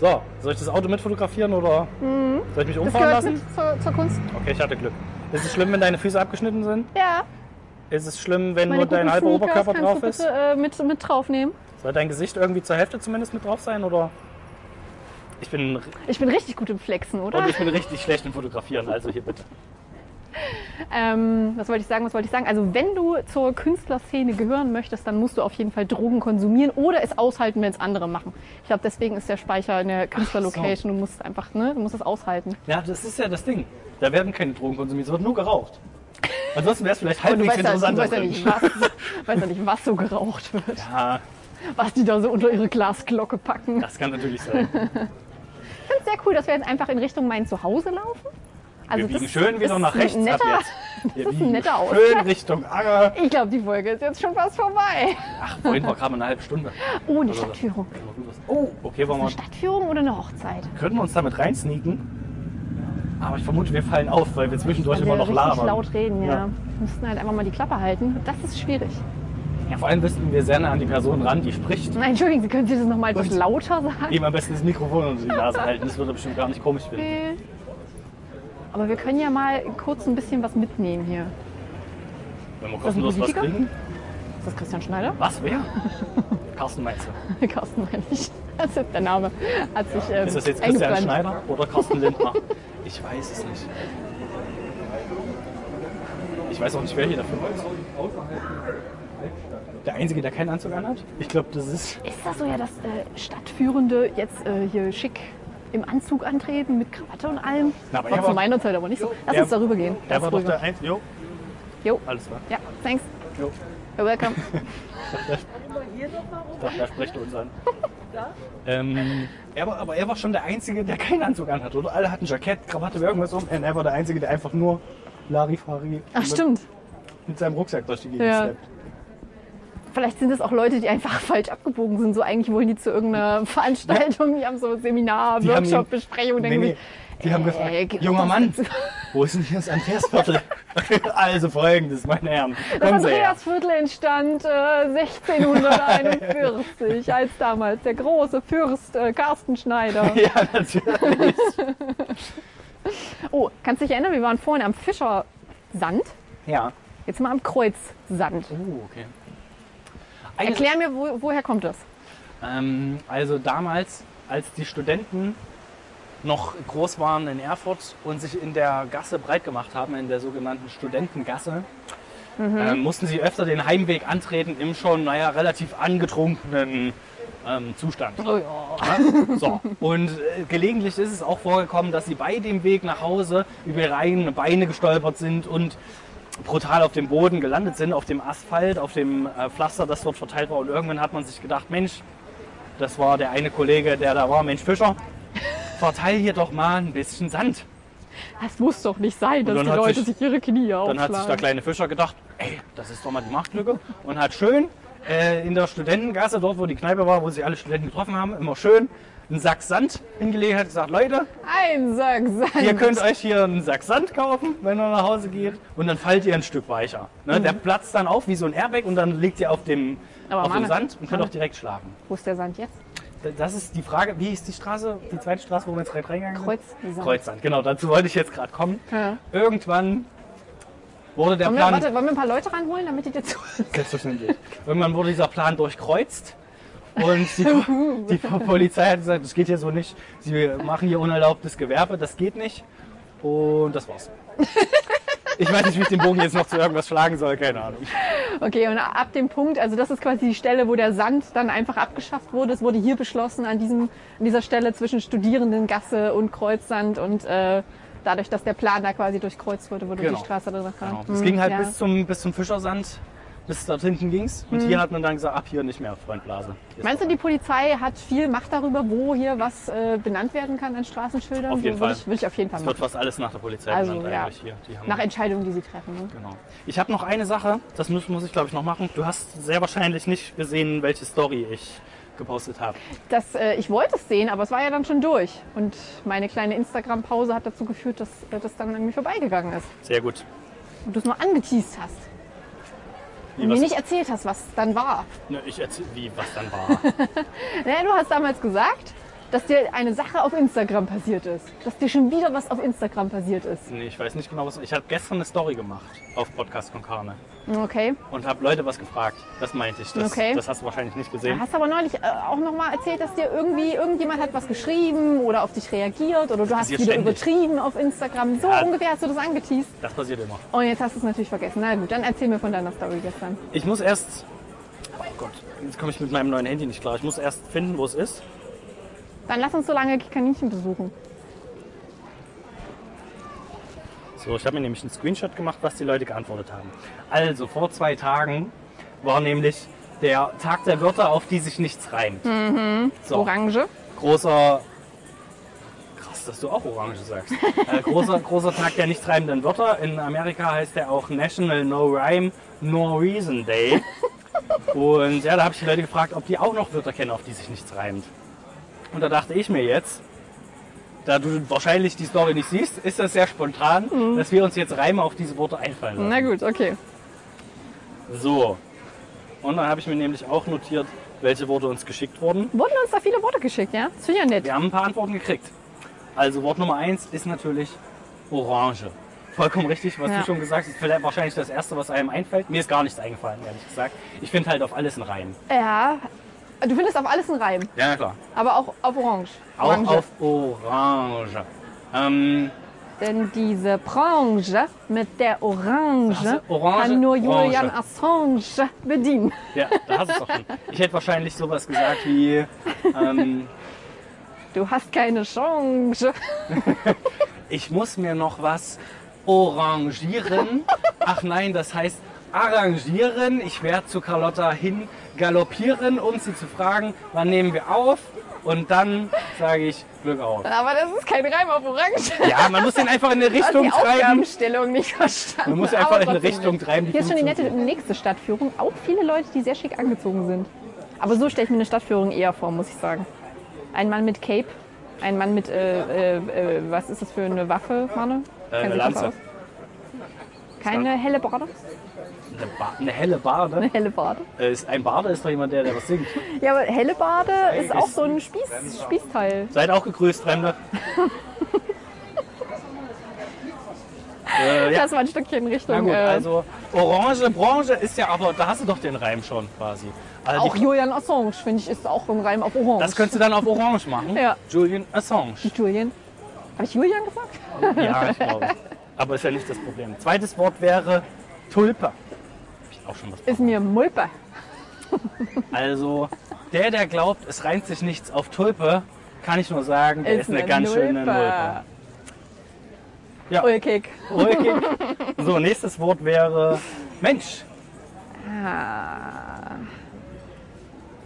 Speaker 4: So, soll ich das Auto mit fotografieren oder soll ich mich
Speaker 2: Mhm. Das
Speaker 4: umfahren
Speaker 2: gehört
Speaker 4: lassen?
Speaker 2: mit zur, zur Kunst.
Speaker 4: Okay, ich hatte Glück. Ist es schlimm, wenn deine Füße abgeschnitten sind?
Speaker 2: Ja.
Speaker 4: Ist es schlimm, wenn
Speaker 2: Meine
Speaker 4: nur dein
Speaker 2: guten
Speaker 4: halber
Speaker 2: Sneakers
Speaker 4: Oberkörper
Speaker 2: kannst
Speaker 4: drauf
Speaker 2: du
Speaker 4: ist?
Speaker 2: Bitte, äh, mit, mit draufnehmen.
Speaker 4: Soll dein Gesicht irgendwie zur Hälfte zumindest mit drauf sein oder?
Speaker 1: Ich bin,
Speaker 2: Ich bin richtig gut im Flexen, oder?
Speaker 1: und ich bin richtig schlecht im Fotografieren. Also hier bitte.
Speaker 2: Ähm, was wollte ich sagen? Was wollte ich sagen? Also wenn du zur Künstlerszene gehören möchtest, dann musst du auf jeden Fall Drogen konsumieren oder es aushalten, wenn es andere machen. Ich glaube, deswegen ist der Speicher in der Künstlerlocation. Du musst einfach, ne, du musst es aushalten.
Speaker 1: Ja, das ist ja das Ding. Da werden keine Drogen konsumiert, es wird nur geraucht. Ansonsten wäre es vielleicht halbwegs
Speaker 2: weißt ja, Also, du
Speaker 1: interessant.
Speaker 2: weißt ja nicht, was, weißt ja nicht, was so geraucht wird,
Speaker 1: Ja,
Speaker 2: was die da so unter ihre Glasglocke packen.
Speaker 1: das kann natürlich sein.
Speaker 2: Ich finde es sehr cool, dass wir jetzt einfach in Richtung mein Zuhause laufen. Also
Speaker 1: Wir biegen
Speaker 2: das
Speaker 1: schön wieder
Speaker 2: ist
Speaker 1: nach
Speaker 2: ein
Speaker 1: rechts ab
Speaker 2: netter-
Speaker 1: jetzt.
Speaker 2: [LAUGHS]
Speaker 1: Wir
Speaker 2: das ist ein
Speaker 1: biegen
Speaker 2: netter
Speaker 1: schön
Speaker 2: Ausgang.
Speaker 1: Richtung Anger.
Speaker 2: Ich glaube, die Folge ist jetzt schon fast vorbei.
Speaker 1: Ach, vorhin war gerade eine halbe Stunde.
Speaker 2: Oh, eine
Speaker 1: Also,
Speaker 2: Stadtführung.
Speaker 1: Oh, okay, wollen
Speaker 2: Eine
Speaker 1: wir,
Speaker 2: Stadtführung oder eine Hochzeit?
Speaker 1: können wir uns damit reinsneaken? Aber ich vermute, wir fallen auf, weil wir zwischendurch
Speaker 2: Weil
Speaker 1: immer
Speaker 2: wir
Speaker 1: noch
Speaker 2: Also richtig
Speaker 1: labern.
Speaker 2: laut reden, ja.
Speaker 1: Ja.
Speaker 2: Wir müssten halt einfach mal die Klappe halten. Das ist schwierig.
Speaker 1: Ja, vor allem müssten wir sehr nah an die Person ran, die spricht.
Speaker 2: Nein, entschuldigen Sie, können Sie das nochmal etwas lauter sagen?
Speaker 1: Eben am besten das Mikrofon unter die Nase halten. Das würde bestimmt gar nicht komisch werden.
Speaker 2: Aber wir können ja mal kurz ein bisschen was mitnehmen hier.
Speaker 1: Wenn wir
Speaker 2: das ein
Speaker 1: kostenlos was
Speaker 2: Politiker?
Speaker 1: kriegen.
Speaker 2: Ist das Christian Schneider? [LAUGHS]
Speaker 1: Was? Wer? Carsten meinst du?
Speaker 2: Carsten meine ich. Das ist der Name. Hat sich ähm,
Speaker 1: Ist das jetzt Christian
Speaker 2: eingebrannt.
Speaker 1: Schneider oder Carsten
Speaker 2: [LAUGHS]
Speaker 1: Lindner? ich weiß es nicht. Ich weiß auch nicht, wer hier dafür ist. Der Einzige, der keinen Anzug anhat? Ich glaube, das ist.
Speaker 2: Ist das so ja, dass äh, Stadtführende jetzt äh, hier schick im Anzug antreten, mit Krawatte und allem?
Speaker 1: Na, aber
Speaker 2: War
Speaker 1: er
Speaker 2: zu
Speaker 1: war-
Speaker 2: meiner Zeit aber nicht so. Lass
Speaker 1: er-
Speaker 2: uns darüber gehen.
Speaker 4: Er
Speaker 2: Lass
Speaker 4: war doch
Speaker 2: rüber.
Speaker 4: der Einzige. Jo,
Speaker 2: Jo.
Speaker 4: alles klar.
Speaker 2: Ja, thanks.
Speaker 1: [LAUGHS]
Speaker 2: You're welcome.
Speaker 1: Ich dachte, der spricht uns
Speaker 2: [LAUGHS]
Speaker 1: an. ähm, er war, aber er war schon der Einzige, der keinen Anzug anhat, oder? Alle hatten Jackett, Krawatte, irgendwas um. Und er war der Einzige, der einfach nur Larifari
Speaker 2: Ach,
Speaker 1: mit,
Speaker 2: stimmt.
Speaker 1: mit seinem Rucksack durch die Gegend
Speaker 2: Ja.
Speaker 1: schleppt.
Speaker 2: vielleicht sind es auch Leute, die einfach [LAUGHS] falsch abgebogen sind. So eigentlich wollen die zu irgendeiner Veranstaltung, die haben so Seminar,
Speaker 1: Die haben ihn-
Speaker 2: Workshop, Besprechung.
Speaker 1: Nee,
Speaker 2: denken
Speaker 1: nee.
Speaker 2: sich,
Speaker 1: Die haben
Speaker 2: äh,
Speaker 1: gefragt,
Speaker 2: geht
Speaker 1: junger
Speaker 2: das
Speaker 1: Mann,
Speaker 2: jetzt?" [LAUGHS]
Speaker 1: wo ist denn hier das Andreasviertel? [LAUGHS] also folgendes, meine Herren.
Speaker 2: Das
Speaker 1: Kommen Sie her.
Speaker 2: Andreasviertel entstand äh,
Speaker 1: [LAUGHS]
Speaker 2: 1641, als damals der große Fürst äh,
Speaker 1: [LAUGHS]
Speaker 2: Carsten Schneider.
Speaker 1: Ja, natürlich.
Speaker 2: Oh, kannst dich erinnern, wir waren vorhin am Fischersand,
Speaker 1: Ja.
Speaker 2: jetzt mal am Kreuzsand.
Speaker 1: Oh, okay. Eine-
Speaker 2: Erklär mir, wo, woher kommt das?
Speaker 1: Ähm, also damals, als die Studenten noch groß waren in Erfurt und sich in der Gasse breit gemacht haben, in der sogenannten Studentengasse,
Speaker 2: Mhm.
Speaker 1: ähm, mussten sie öfter den Heimweg antreten im schon, naja, relativ angetrunkenen ähm, Zustand.
Speaker 2: Oh ja.
Speaker 1: Ja? So. Und äh, gelegentlich ist es auch vorgekommen, dass sie bei dem Weg nach Hause über ihre eigenen Beine gestolpert sind und brutal auf dem Boden gelandet sind, auf dem Asphalt, auf dem äh, Pflaster, das dort verteilt war. Und irgendwann hat man sich gedacht, Mensch, das war der eine Kollege, der da war, Mensch Fischer, verteil hier doch mal ein bisschen Sand.
Speaker 2: Das muss doch nicht sein, dass
Speaker 1: dann
Speaker 2: die
Speaker 1: hat
Speaker 2: Leute
Speaker 1: sich-
Speaker 2: sich, ihre Knie aufschlagen.
Speaker 1: Dann hat sich der kleine Fischer gedacht, ey, das ist doch mal die Machtlücke. Und hat schön äh, in der Studentengasse, dort wo die Kneipe war, wo sich alle Studenten getroffen haben, immer schön einen Sack Sand hingelegt, hat gesagt, Leute,
Speaker 2: Ein Sack Sand.
Speaker 1: ihr könnt euch hier einen Sack Sand kaufen, wenn ihr nach Hause geht. Und dann fallt ihr ein Stück weicher. Ne? Der platzt dann auf wie so ein Airbag und dann liegt ihr auf dem,
Speaker 2: Mhm. Aber
Speaker 1: auf dem
Speaker 2: Mann,
Speaker 1: Sand und könnt
Speaker 2: Mann.
Speaker 1: auch direkt schlafen.
Speaker 2: Wo ist der Sand jetzt?
Speaker 1: D- Das ist die Frage, wie ist die Straße, die zweite Straße, wo wir jetzt gerade reingegangen sind?
Speaker 2: Kreuzsand.
Speaker 1: Kreuzsand, genau, dazu wollte ich jetzt gerade kommen.
Speaker 2: Ja.
Speaker 1: Irgendwann wurde der
Speaker 2: Wollen wir,
Speaker 1: Plan...
Speaker 2: warte, wollen wir ein paar Leute ranholen, damit die dir zuhören?
Speaker 1: Selbstverständlich. Irgendwann wurde dieser Plan durchkreuzt und
Speaker 2: [LAUGHS]
Speaker 1: die, die Polizei hat gesagt, das geht hier so nicht. Sie machen hier unerlaubtes Gewerbe, das geht nicht. Und das
Speaker 2: [LAUGHS]
Speaker 1: war's. Ich weiß nicht, wie ich den Bogen jetzt noch zu irgendwas schlagen soll, keine Ahnung.
Speaker 2: [LAUGHS] Okay, und ab dem Punkt, also das ist quasi die Stelle, wo der Sand dann einfach abgeschafft wurde. Es wurde hier beschlossen, an, diesem, an dieser Stelle zwischen Studierendengasse und Kreuzsand. Und äh, dadurch, dass der Plan da quasi durchkreuzt wurde, wurde
Speaker 1: Genau.
Speaker 2: die Straße da
Speaker 1: Genau.
Speaker 2: genau.
Speaker 1: Es ging halt bis, zum, bis zum Fischersand, bis dort hinten ging's. Und hier hat man dann gesagt, ab hier nicht mehr, Freund Blase. Jetzt
Speaker 2: Mhm. Meinst du, die Polizei hat viel Macht darüber, wo hier was äh, benannt werden kann an Straßenschildern?
Speaker 1: Auf jeden
Speaker 2: so, würde
Speaker 1: Fall.
Speaker 2: Ich, würde ich auf jeden Fall
Speaker 1: Es wird
Speaker 2: machen.
Speaker 1: fast alles nach der Polizei
Speaker 2: Also,
Speaker 1: benannt
Speaker 2: ja.
Speaker 1: eigentlich hier. Die haben-
Speaker 2: Nach Entscheidungen, die sie treffen. Ne?
Speaker 1: Genau. Ich habe noch eine Sache, das muss, muss ich glaube ich noch machen. Du hast sehr wahrscheinlich nicht gesehen, welche Story ich gepostet habe.
Speaker 2: Das, äh, ich wollte es sehen, aber es war ja dann schon durch. Und meine kleine Instagram-Pause hat dazu geführt, dass äh, das dann an mir vorbeigegangen ist.
Speaker 1: Sehr gut.
Speaker 2: Und du es nur angeteased hast.
Speaker 1: Wie,
Speaker 2: Und mir
Speaker 1: was,
Speaker 2: nicht erzählt hast, was dann war.
Speaker 1: ne, ich erzähl, wie, was dann
Speaker 2: [LAUGHS]
Speaker 1: war.
Speaker 2: Naja, du hast damals gesagt, dass dir eine Sache auf Instagram passiert ist. Dass dir schon wieder was auf Instagram passiert ist.
Speaker 1: nee, ich weiß nicht genau, was. Ich habe gestern eine Story gemacht auf Podcast Konkane
Speaker 2: Okay.
Speaker 1: und habe Leute was gefragt. Das meinte ich. Das,
Speaker 2: Okay.
Speaker 1: das hast du wahrscheinlich nicht
Speaker 2: Du
Speaker 1: gesehen.
Speaker 2: hast aber neulich äh, auch nochmal erzählt, dass dir irgendwie irgendjemand hat was geschrieben oder auf dich reagiert oder du hast
Speaker 1: passiert
Speaker 2: wieder
Speaker 1: ständig.
Speaker 2: übertrieben auf Instagram. So
Speaker 1: Ja.
Speaker 2: ungefähr hast du das angeteased.
Speaker 1: Das passiert immer.
Speaker 2: Und jetzt hast du es natürlich vergessen. Na gut, dann erzähl mir von deiner Story gestern.
Speaker 1: Ich muss erst. Oh Gott, jetzt komme ich mit meinem neuen Handy nicht klar. Ich muss erst finden, wo es ist.
Speaker 2: Dann lass uns so lange die Kaninchen besuchen.
Speaker 1: So, ich habe mir nämlich einen Screenshot gemacht, was die Leute geantwortet haben. Also, vor zwei Tagen war nämlich der Tag der Wörter, auf die sich nichts reimt. So,
Speaker 2: Orange.
Speaker 1: großer. Krass, dass du auch Orange sagst. äh, großer, großer Tag der nicht reimenden Wörter. In Amerika heißt der auch National No Rhyme, No Reason Day. Und ja, da habe ich die Leute gefragt, ob die auch noch Wörter kennen, auf die sich nichts reimt. Und da dachte ich mir jetzt, da du wahrscheinlich die Story nicht siehst, ist das sehr spontan, dass wir uns jetzt Reime auf diese Worte einfallen lassen.
Speaker 2: Na gut, okay.
Speaker 1: So. Und dann habe ich mir nämlich auch notiert, welche Worte uns geschickt wurden.
Speaker 2: Wurden uns da viele Worte geschickt, ja? Das finde ich ja nett.
Speaker 1: Wir haben ein paar Antworten gekriegt. Also Wort Nummer eins ist natürlich Orange. Vollkommen richtig, was
Speaker 2: Ja.
Speaker 1: du schon gesagt hast. Vielleicht wahrscheinlich das Erste, was einem einfällt. Mir ist gar nichts eingefallen, ehrlich gesagt. Ich finde halt auf alles einen Reim.
Speaker 2: Ja. Du findest auf alles einen Reim,
Speaker 1: Ja, klar.
Speaker 2: aber auch auf Orange.
Speaker 1: Auch auf Orange. Ähm,
Speaker 2: Denn diese Branche mit der Orange,
Speaker 1: Also Orange,
Speaker 2: kann nur Julian
Speaker 1: Orange.
Speaker 2: Assange bedienen.
Speaker 1: ja, da hast du es doch schon. Ich hätte wahrscheinlich sowas gesagt wie ähm,
Speaker 2: Du hast keine Chance.
Speaker 1: ich muss mir noch was orangieren. Ach nein, das heißt arrangieren. Ich werde zu Carlotta hin galoppieren, um sie zu fragen, wann nehmen wir auf? Und dann sage ich Glück auf.
Speaker 2: Aber das ist kein Reim auf Orange.
Speaker 1: Ja, man muss den einfach in eine
Speaker 2: Ich habe
Speaker 1: Richtung
Speaker 2: Also die
Speaker 1: treiben.
Speaker 2: Aufgabenstellung nicht verstanden.
Speaker 1: Man muss einfach
Speaker 2: aber
Speaker 1: in eine
Speaker 2: trotzdem
Speaker 1: Richtung
Speaker 2: nett.
Speaker 1: treiben. die
Speaker 2: Hier ist schon die nette
Speaker 1: funktioniert.
Speaker 2: nächste Stadtführung. Auch viele Leute, die sehr schick angezogen sind. Aber so stelle ich mir eine Stadtführung eher vor, muss ich sagen. Ein Mann mit Cape, ein Mann mit, äh, äh, äh, was ist das für eine Waffe, Manne?
Speaker 1: Äh,
Speaker 2: Kennt
Speaker 1: eine
Speaker 2: sich das
Speaker 1: Lanze.
Speaker 2: aus? Keine helle Bade?
Speaker 1: Eine, ba eine helle Barde.
Speaker 2: Eine helle Bade.
Speaker 1: Äh, Ist, ein Barde ist doch jemand, der, der was singt.
Speaker 2: Ja, aber helle Bade ist auch so ein Spieß, Spießteil.
Speaker 1: Seid auch gegrüßt,
Speaker 2: [LAUGHS]
Speaker 1: Fremder. äh, ja,
Speaker 2: Das war ein Stückchen Richtung.
Speaker 1: na gut,
Speaker 2: äh,
Speaker 1: also Orange Branche ist ja aber, da hast du doch den Reim schon quasi. Also
Speaker 2: auch
Speaker 1: die-
Speaker 2: Julian Assange, finde ich, ist auch ein Reim auf Orange.
Speaker 1: das könntest du dann auf Orange machen.
Speaker 2: Ja.
Speaker 1: Julian
Speaker 2: [LAUGHS]
Speaker 1: Assange.
Speaker 2: Julian. Habe ich Julian gesagt?
Speaker 1: Ja, ich glaube. Aber ist ja nicht das Problem. Zweites Wort wäre Tulpe. Hab ich auch schon was
Speaker 2: Ist mir Mulpe.
Speaker 1: Also, der, der glaubt, es reimt sich nichts auf Tulpe, kann ich nur sagen, der ist, eine, ganz schöne Nulpe. Ja.
Speaker 2: Ulkig.
Speaker 1: Ulkig.
Speaker 2: [LAUGHS]
Speaker 1: So, nächstes Wort wäre Mensch.
Speaker 2: Ah.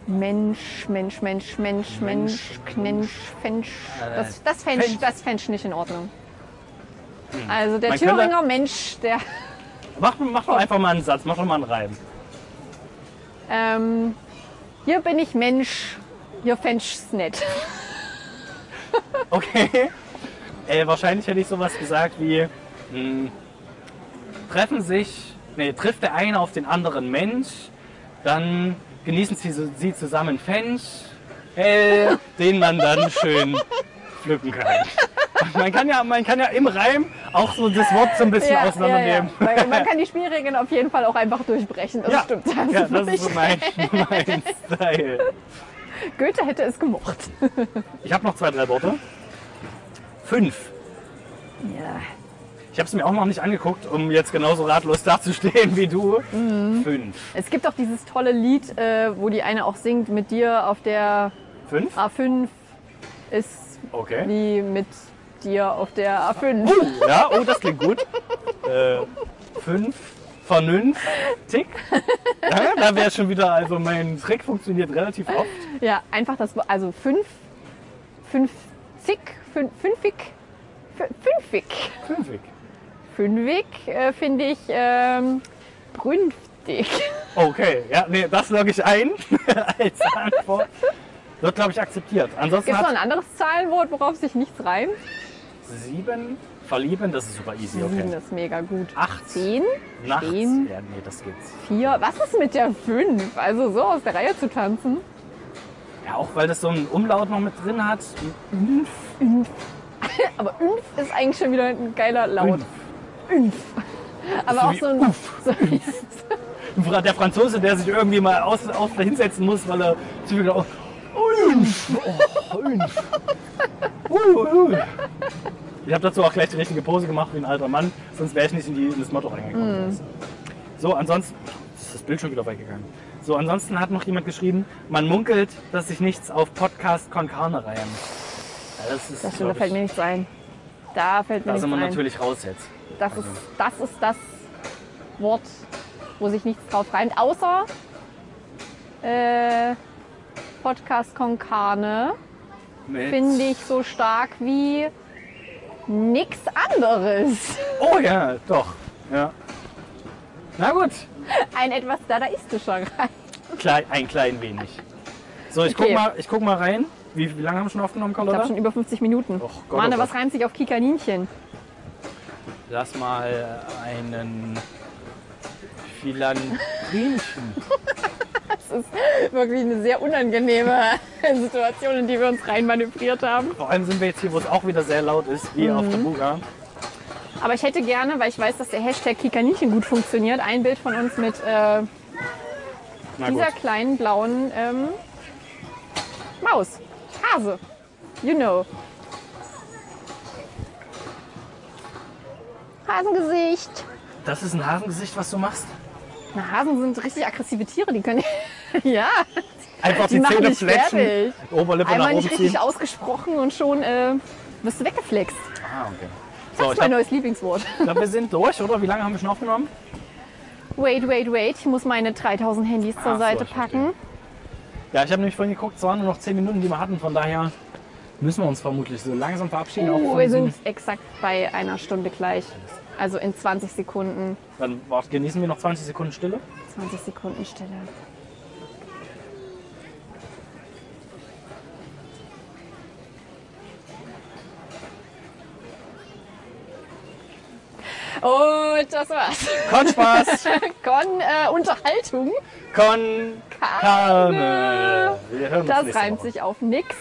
Speaker 2: Mensch, Mensch, Mensch, Mensch, Mensch, Knensch, Fensch. Das, das Fensch,
Speaker 1: Fensch. Hm.
Speaker 2: das Fensch nicht in Ordnung. Also der
Speaker 1: Man könnte-
Speaker 2: Thüringer Mensch, der
Speaker 1: Mach, mach doch einfach mal einen Satz, mach doch mal einen Reim.
Speaker 2: ähm, hier bin ich Mensch, hier Fensch's nett.
Speaker 1: Okay. Äh, wahrscheinlich hätte ich sowas gesagt wie: mh, Treffen sich, nee, trifft der eine auf den anderen Mensch, dann genießen sie, so- sie zusammen Fench, äh, den man dann schön pflücken kann. [LAUGHS] Man kann, ja, man kann ja im Reim auch so das Wort so ein bisschen auseinandernehmen.
Speaker 2: Weil
Speaker 1: [LAUGHS]
Speaker 2: Man kann die Spielregeln auf jeden Fall auch einfach durchbrechen. Das stimmt. Das
Speaker 1: ja,
Speaker 2: ist
Speaker 1: das ist so
Speaker 2: wirklich-
Speaker 1: mein, mein Style.
Speaker 2: Goethe hätte es gemocht.
Speaker 1: Ich habe noch zwei, drei Worte. Fünf.
Speaker 2: Ja.
Speaker 1: Ich habe es mir auch noch nicht angeguckt, um jetzt genauso ratlos dazustehen wie du. Fünf.
Speaker 2: Es gibt auch dieses tolle Lied, äh, wo die eine auch singt mit dir auf der
Speaker 1: Fünf?
Speaker 2: A5 ist
Speaker 1: Okay.
Speaker 2: wie mit dir auf der A5.
Speaker 1: Ja, oh, das klingt gut. Äh, fünf. Vernünftig. Ja, da wäre schon wieder, also mein Trick funktioniert relativ oft.
Speaker 2: Ja, einfach das, Wo- also 5, 5, zig, 5, fünfig, fün- fünfig.
Speaker 1: Fünfig.
Speaker 2: Fünfig äh, finde ich ähm, brünftig.
Speaker 1: Okay, ja, nee, das logge ich ein [LAUGHS] als Antwort. Wird, glaube ich, akzeptiert. Ansonsten
Speaker 2: Gibt es noch
Speaker 1: hat
Speaker 2: ein anderes Zahlenwort, worauf sich nichts reimt?
Speaker 1: sieben verlieben, das ist super easy,
Speaker 2: Sieben
Speaker 1: okay.
Speaker 2: ist mega gut.
Speaker 1: Acht.
Speaker 2: Zehn,
Speaker 1: Nachts.
Speaker 2: Stehen.
Speaker 1: Ja, nee, das geht's.
Speaker 2: vier. Was ist mit der fünf? Also so aus der Reihe zu tanzen.
Speaker 1: Ja, auch weil das so einen Umlaut noch mit drin hat. Fünf.
Speaker 2: Aber Ünf ist eigentlich schon wieder ein geiler Laut.
Speaker 1: Ünf.
Speaker 2: Ünf. Aber auch
Speaker 1: wie
Speaker 2: so ein. So,
Speaker 1: Fra- Der Franzose, der sich irgendwie mal aus, aus hinsetzen muss, weil er zu viel oh, Ulf, oh, Ulf. Ui, ui, ui. Ich habe dazu auch gleich die richtige Pose gemacht wie ein alter Mann, sonst wäre ich nicht in, die, in das Motto
Speaker 2: Hm.
Speaker 1: reingekommen. So, ansonsten ist das Bild schon wieder weggegangen. So, ansonsten hat noch jemand geschrieben, man munkelt, dass sich nichts auf Podcast Con Carne reimt. Ja, das ist,
Speaker 2: das stimmt, da
Speaker 1: glaub
Speaker 2: fällt mir
Speaker 1: ich,
Speaker 2: nichts ein. Da fällt mir
Speaker 1: da sind wir
Speaker 2: nichts ein.
Speaker 1: natürlich raus jetzt.
Speaker 2: Das ist, das ist das Wort, wo sich nichts drauf reimt, außer äh, Podcast con carne
Speaker 1: Mit-
Speaker 2: finde ich so stark wie nix anderes. [LAUGHS]
Speaker 1: Oh ja, doch. Ja. Na gut.
Speaker 2: Ein etwas dadaistischer Reim.
Speaker 1: Klein, ein klein wenig. So, ich,
Speaker 2: Okay.
Speaker 1: guck, mal, ich guck mal rein. Wie, wie lange haben wir schon aufgenommen,
Speaker 2: Ich habe
Speaker 1: Carlotta?
Speaker 2: schon über 50 Minuten.
Speaker 1: Och Gott,
Speaker 2: Mann,
Speaker 1: oh
Speaker 2: was
Speaker 1: Gott.
Speaker 2: reimt sich auf Kikaninchen?
Speaker 1: Lass mal einen Philandrinchen.
Speaker 2: wirklich eine sehr unangenehme [LAUGHS] Situation, in die wir uns reinmanövriert haben.
Speaker 1: [LAUGHS] Vor allem sind wir jetzt hier, wo es auch wieder sehr laut ist,
Speaker 2: Mhm.
Speaker 1: wie auf der Buga.
Speaker 2: Aber ich hätte gerne, weil ich weiß, dass der Hashtag Kikaninchen gut funktioniert, ein Bild von uns mit
Speaker 1: Na Ah,
Speaker 2: äh,
Speaker 1: gut.
Speaker 2: dieser kleinen blauen ähm, Maus. Hase. You know. Hasengesicht.
Speaker 1: Das ist ein Hasengesicht, was du machst?
Speaker 2: Na, Hasen sind richtig aggressive Tiere, die können. [LAUGHS] ja,
Speaker 1: Einfach die,
Speaker 2: Die machen
Speaker 1: Zähne
Speaker 2: dich
Speaker 1: fletschen,
Speaker 2: fertig.
Speaker 1: Oberlippe nach
Speaker 2: einmal
Speaker 1: oben
Speaker 2: nicht richtig
Speaker 1: ziehen.
Speaker 2: ausgesprochen und schon äh, wirst du weggeflext.
Speaker 1: Ah, okay.
Speaker 2: Das
Speaker 1: So,
Speaker 2: ist
Speaker 1: ich
Speaker 2: mein
Speaker 1: hab,
Speaker 2: neues Lieblingswort. [LAUGHS]
Speaker 1: glaub, wir sind durch, oder? Wie lange haben wir schon aufgenommen?
Speaker 2: Wait, wait, wait. Ich muss meine 3000 Handys
Speaker 1: Ah,
Speaker 2: zur
Speaker 1: so,
Speaker 2: Seite
Speaker 1: ich
Speaker 2: packen.
Speaker 1: Ja, ich habe nämlich vorhin geguckt, es waren nur noch 10 Minuten, die wir hatten. Von daher müssen wir uns vermutlich so langsam verabschieden. auch
Speaker 2: Oh,
Speaker 1: von
Speaker 2: wir
Speaker 1: diesem-
Speaker 2: sind exakt bei einer Stunde gleich. Also in 20 Sekunden.
Speaker 1: Dann wart, genießen wir noch 20 Sekunden Stille.
Speaker 2: 20 Sekunden Stille. Und das war's.
Speaker 1: Con Spaß!
Speaker 2: Con äh, Unterhaltung.
Speaker 1: Hm, Con Carne! Wir hören uns
Speaker 2: Das
Speaker 1: nächste
Speaker 2: reimt
Speaker 1: Woche.
Speaker 2: sich auf nix.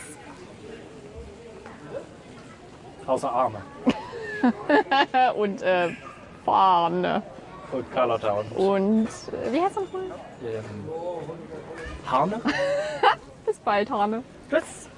Speaker 1: Außer Arme.
Speaker 2: Äh, Und äh, Fahne.
Speaker 1: Und Color Town.
Speaker 2: Und äh, wie heißt das nochmal?
Speaker 1: Ähm, Harne?
Speaker 2: Bis bald, Hane.
Speaker 1: Tschüss!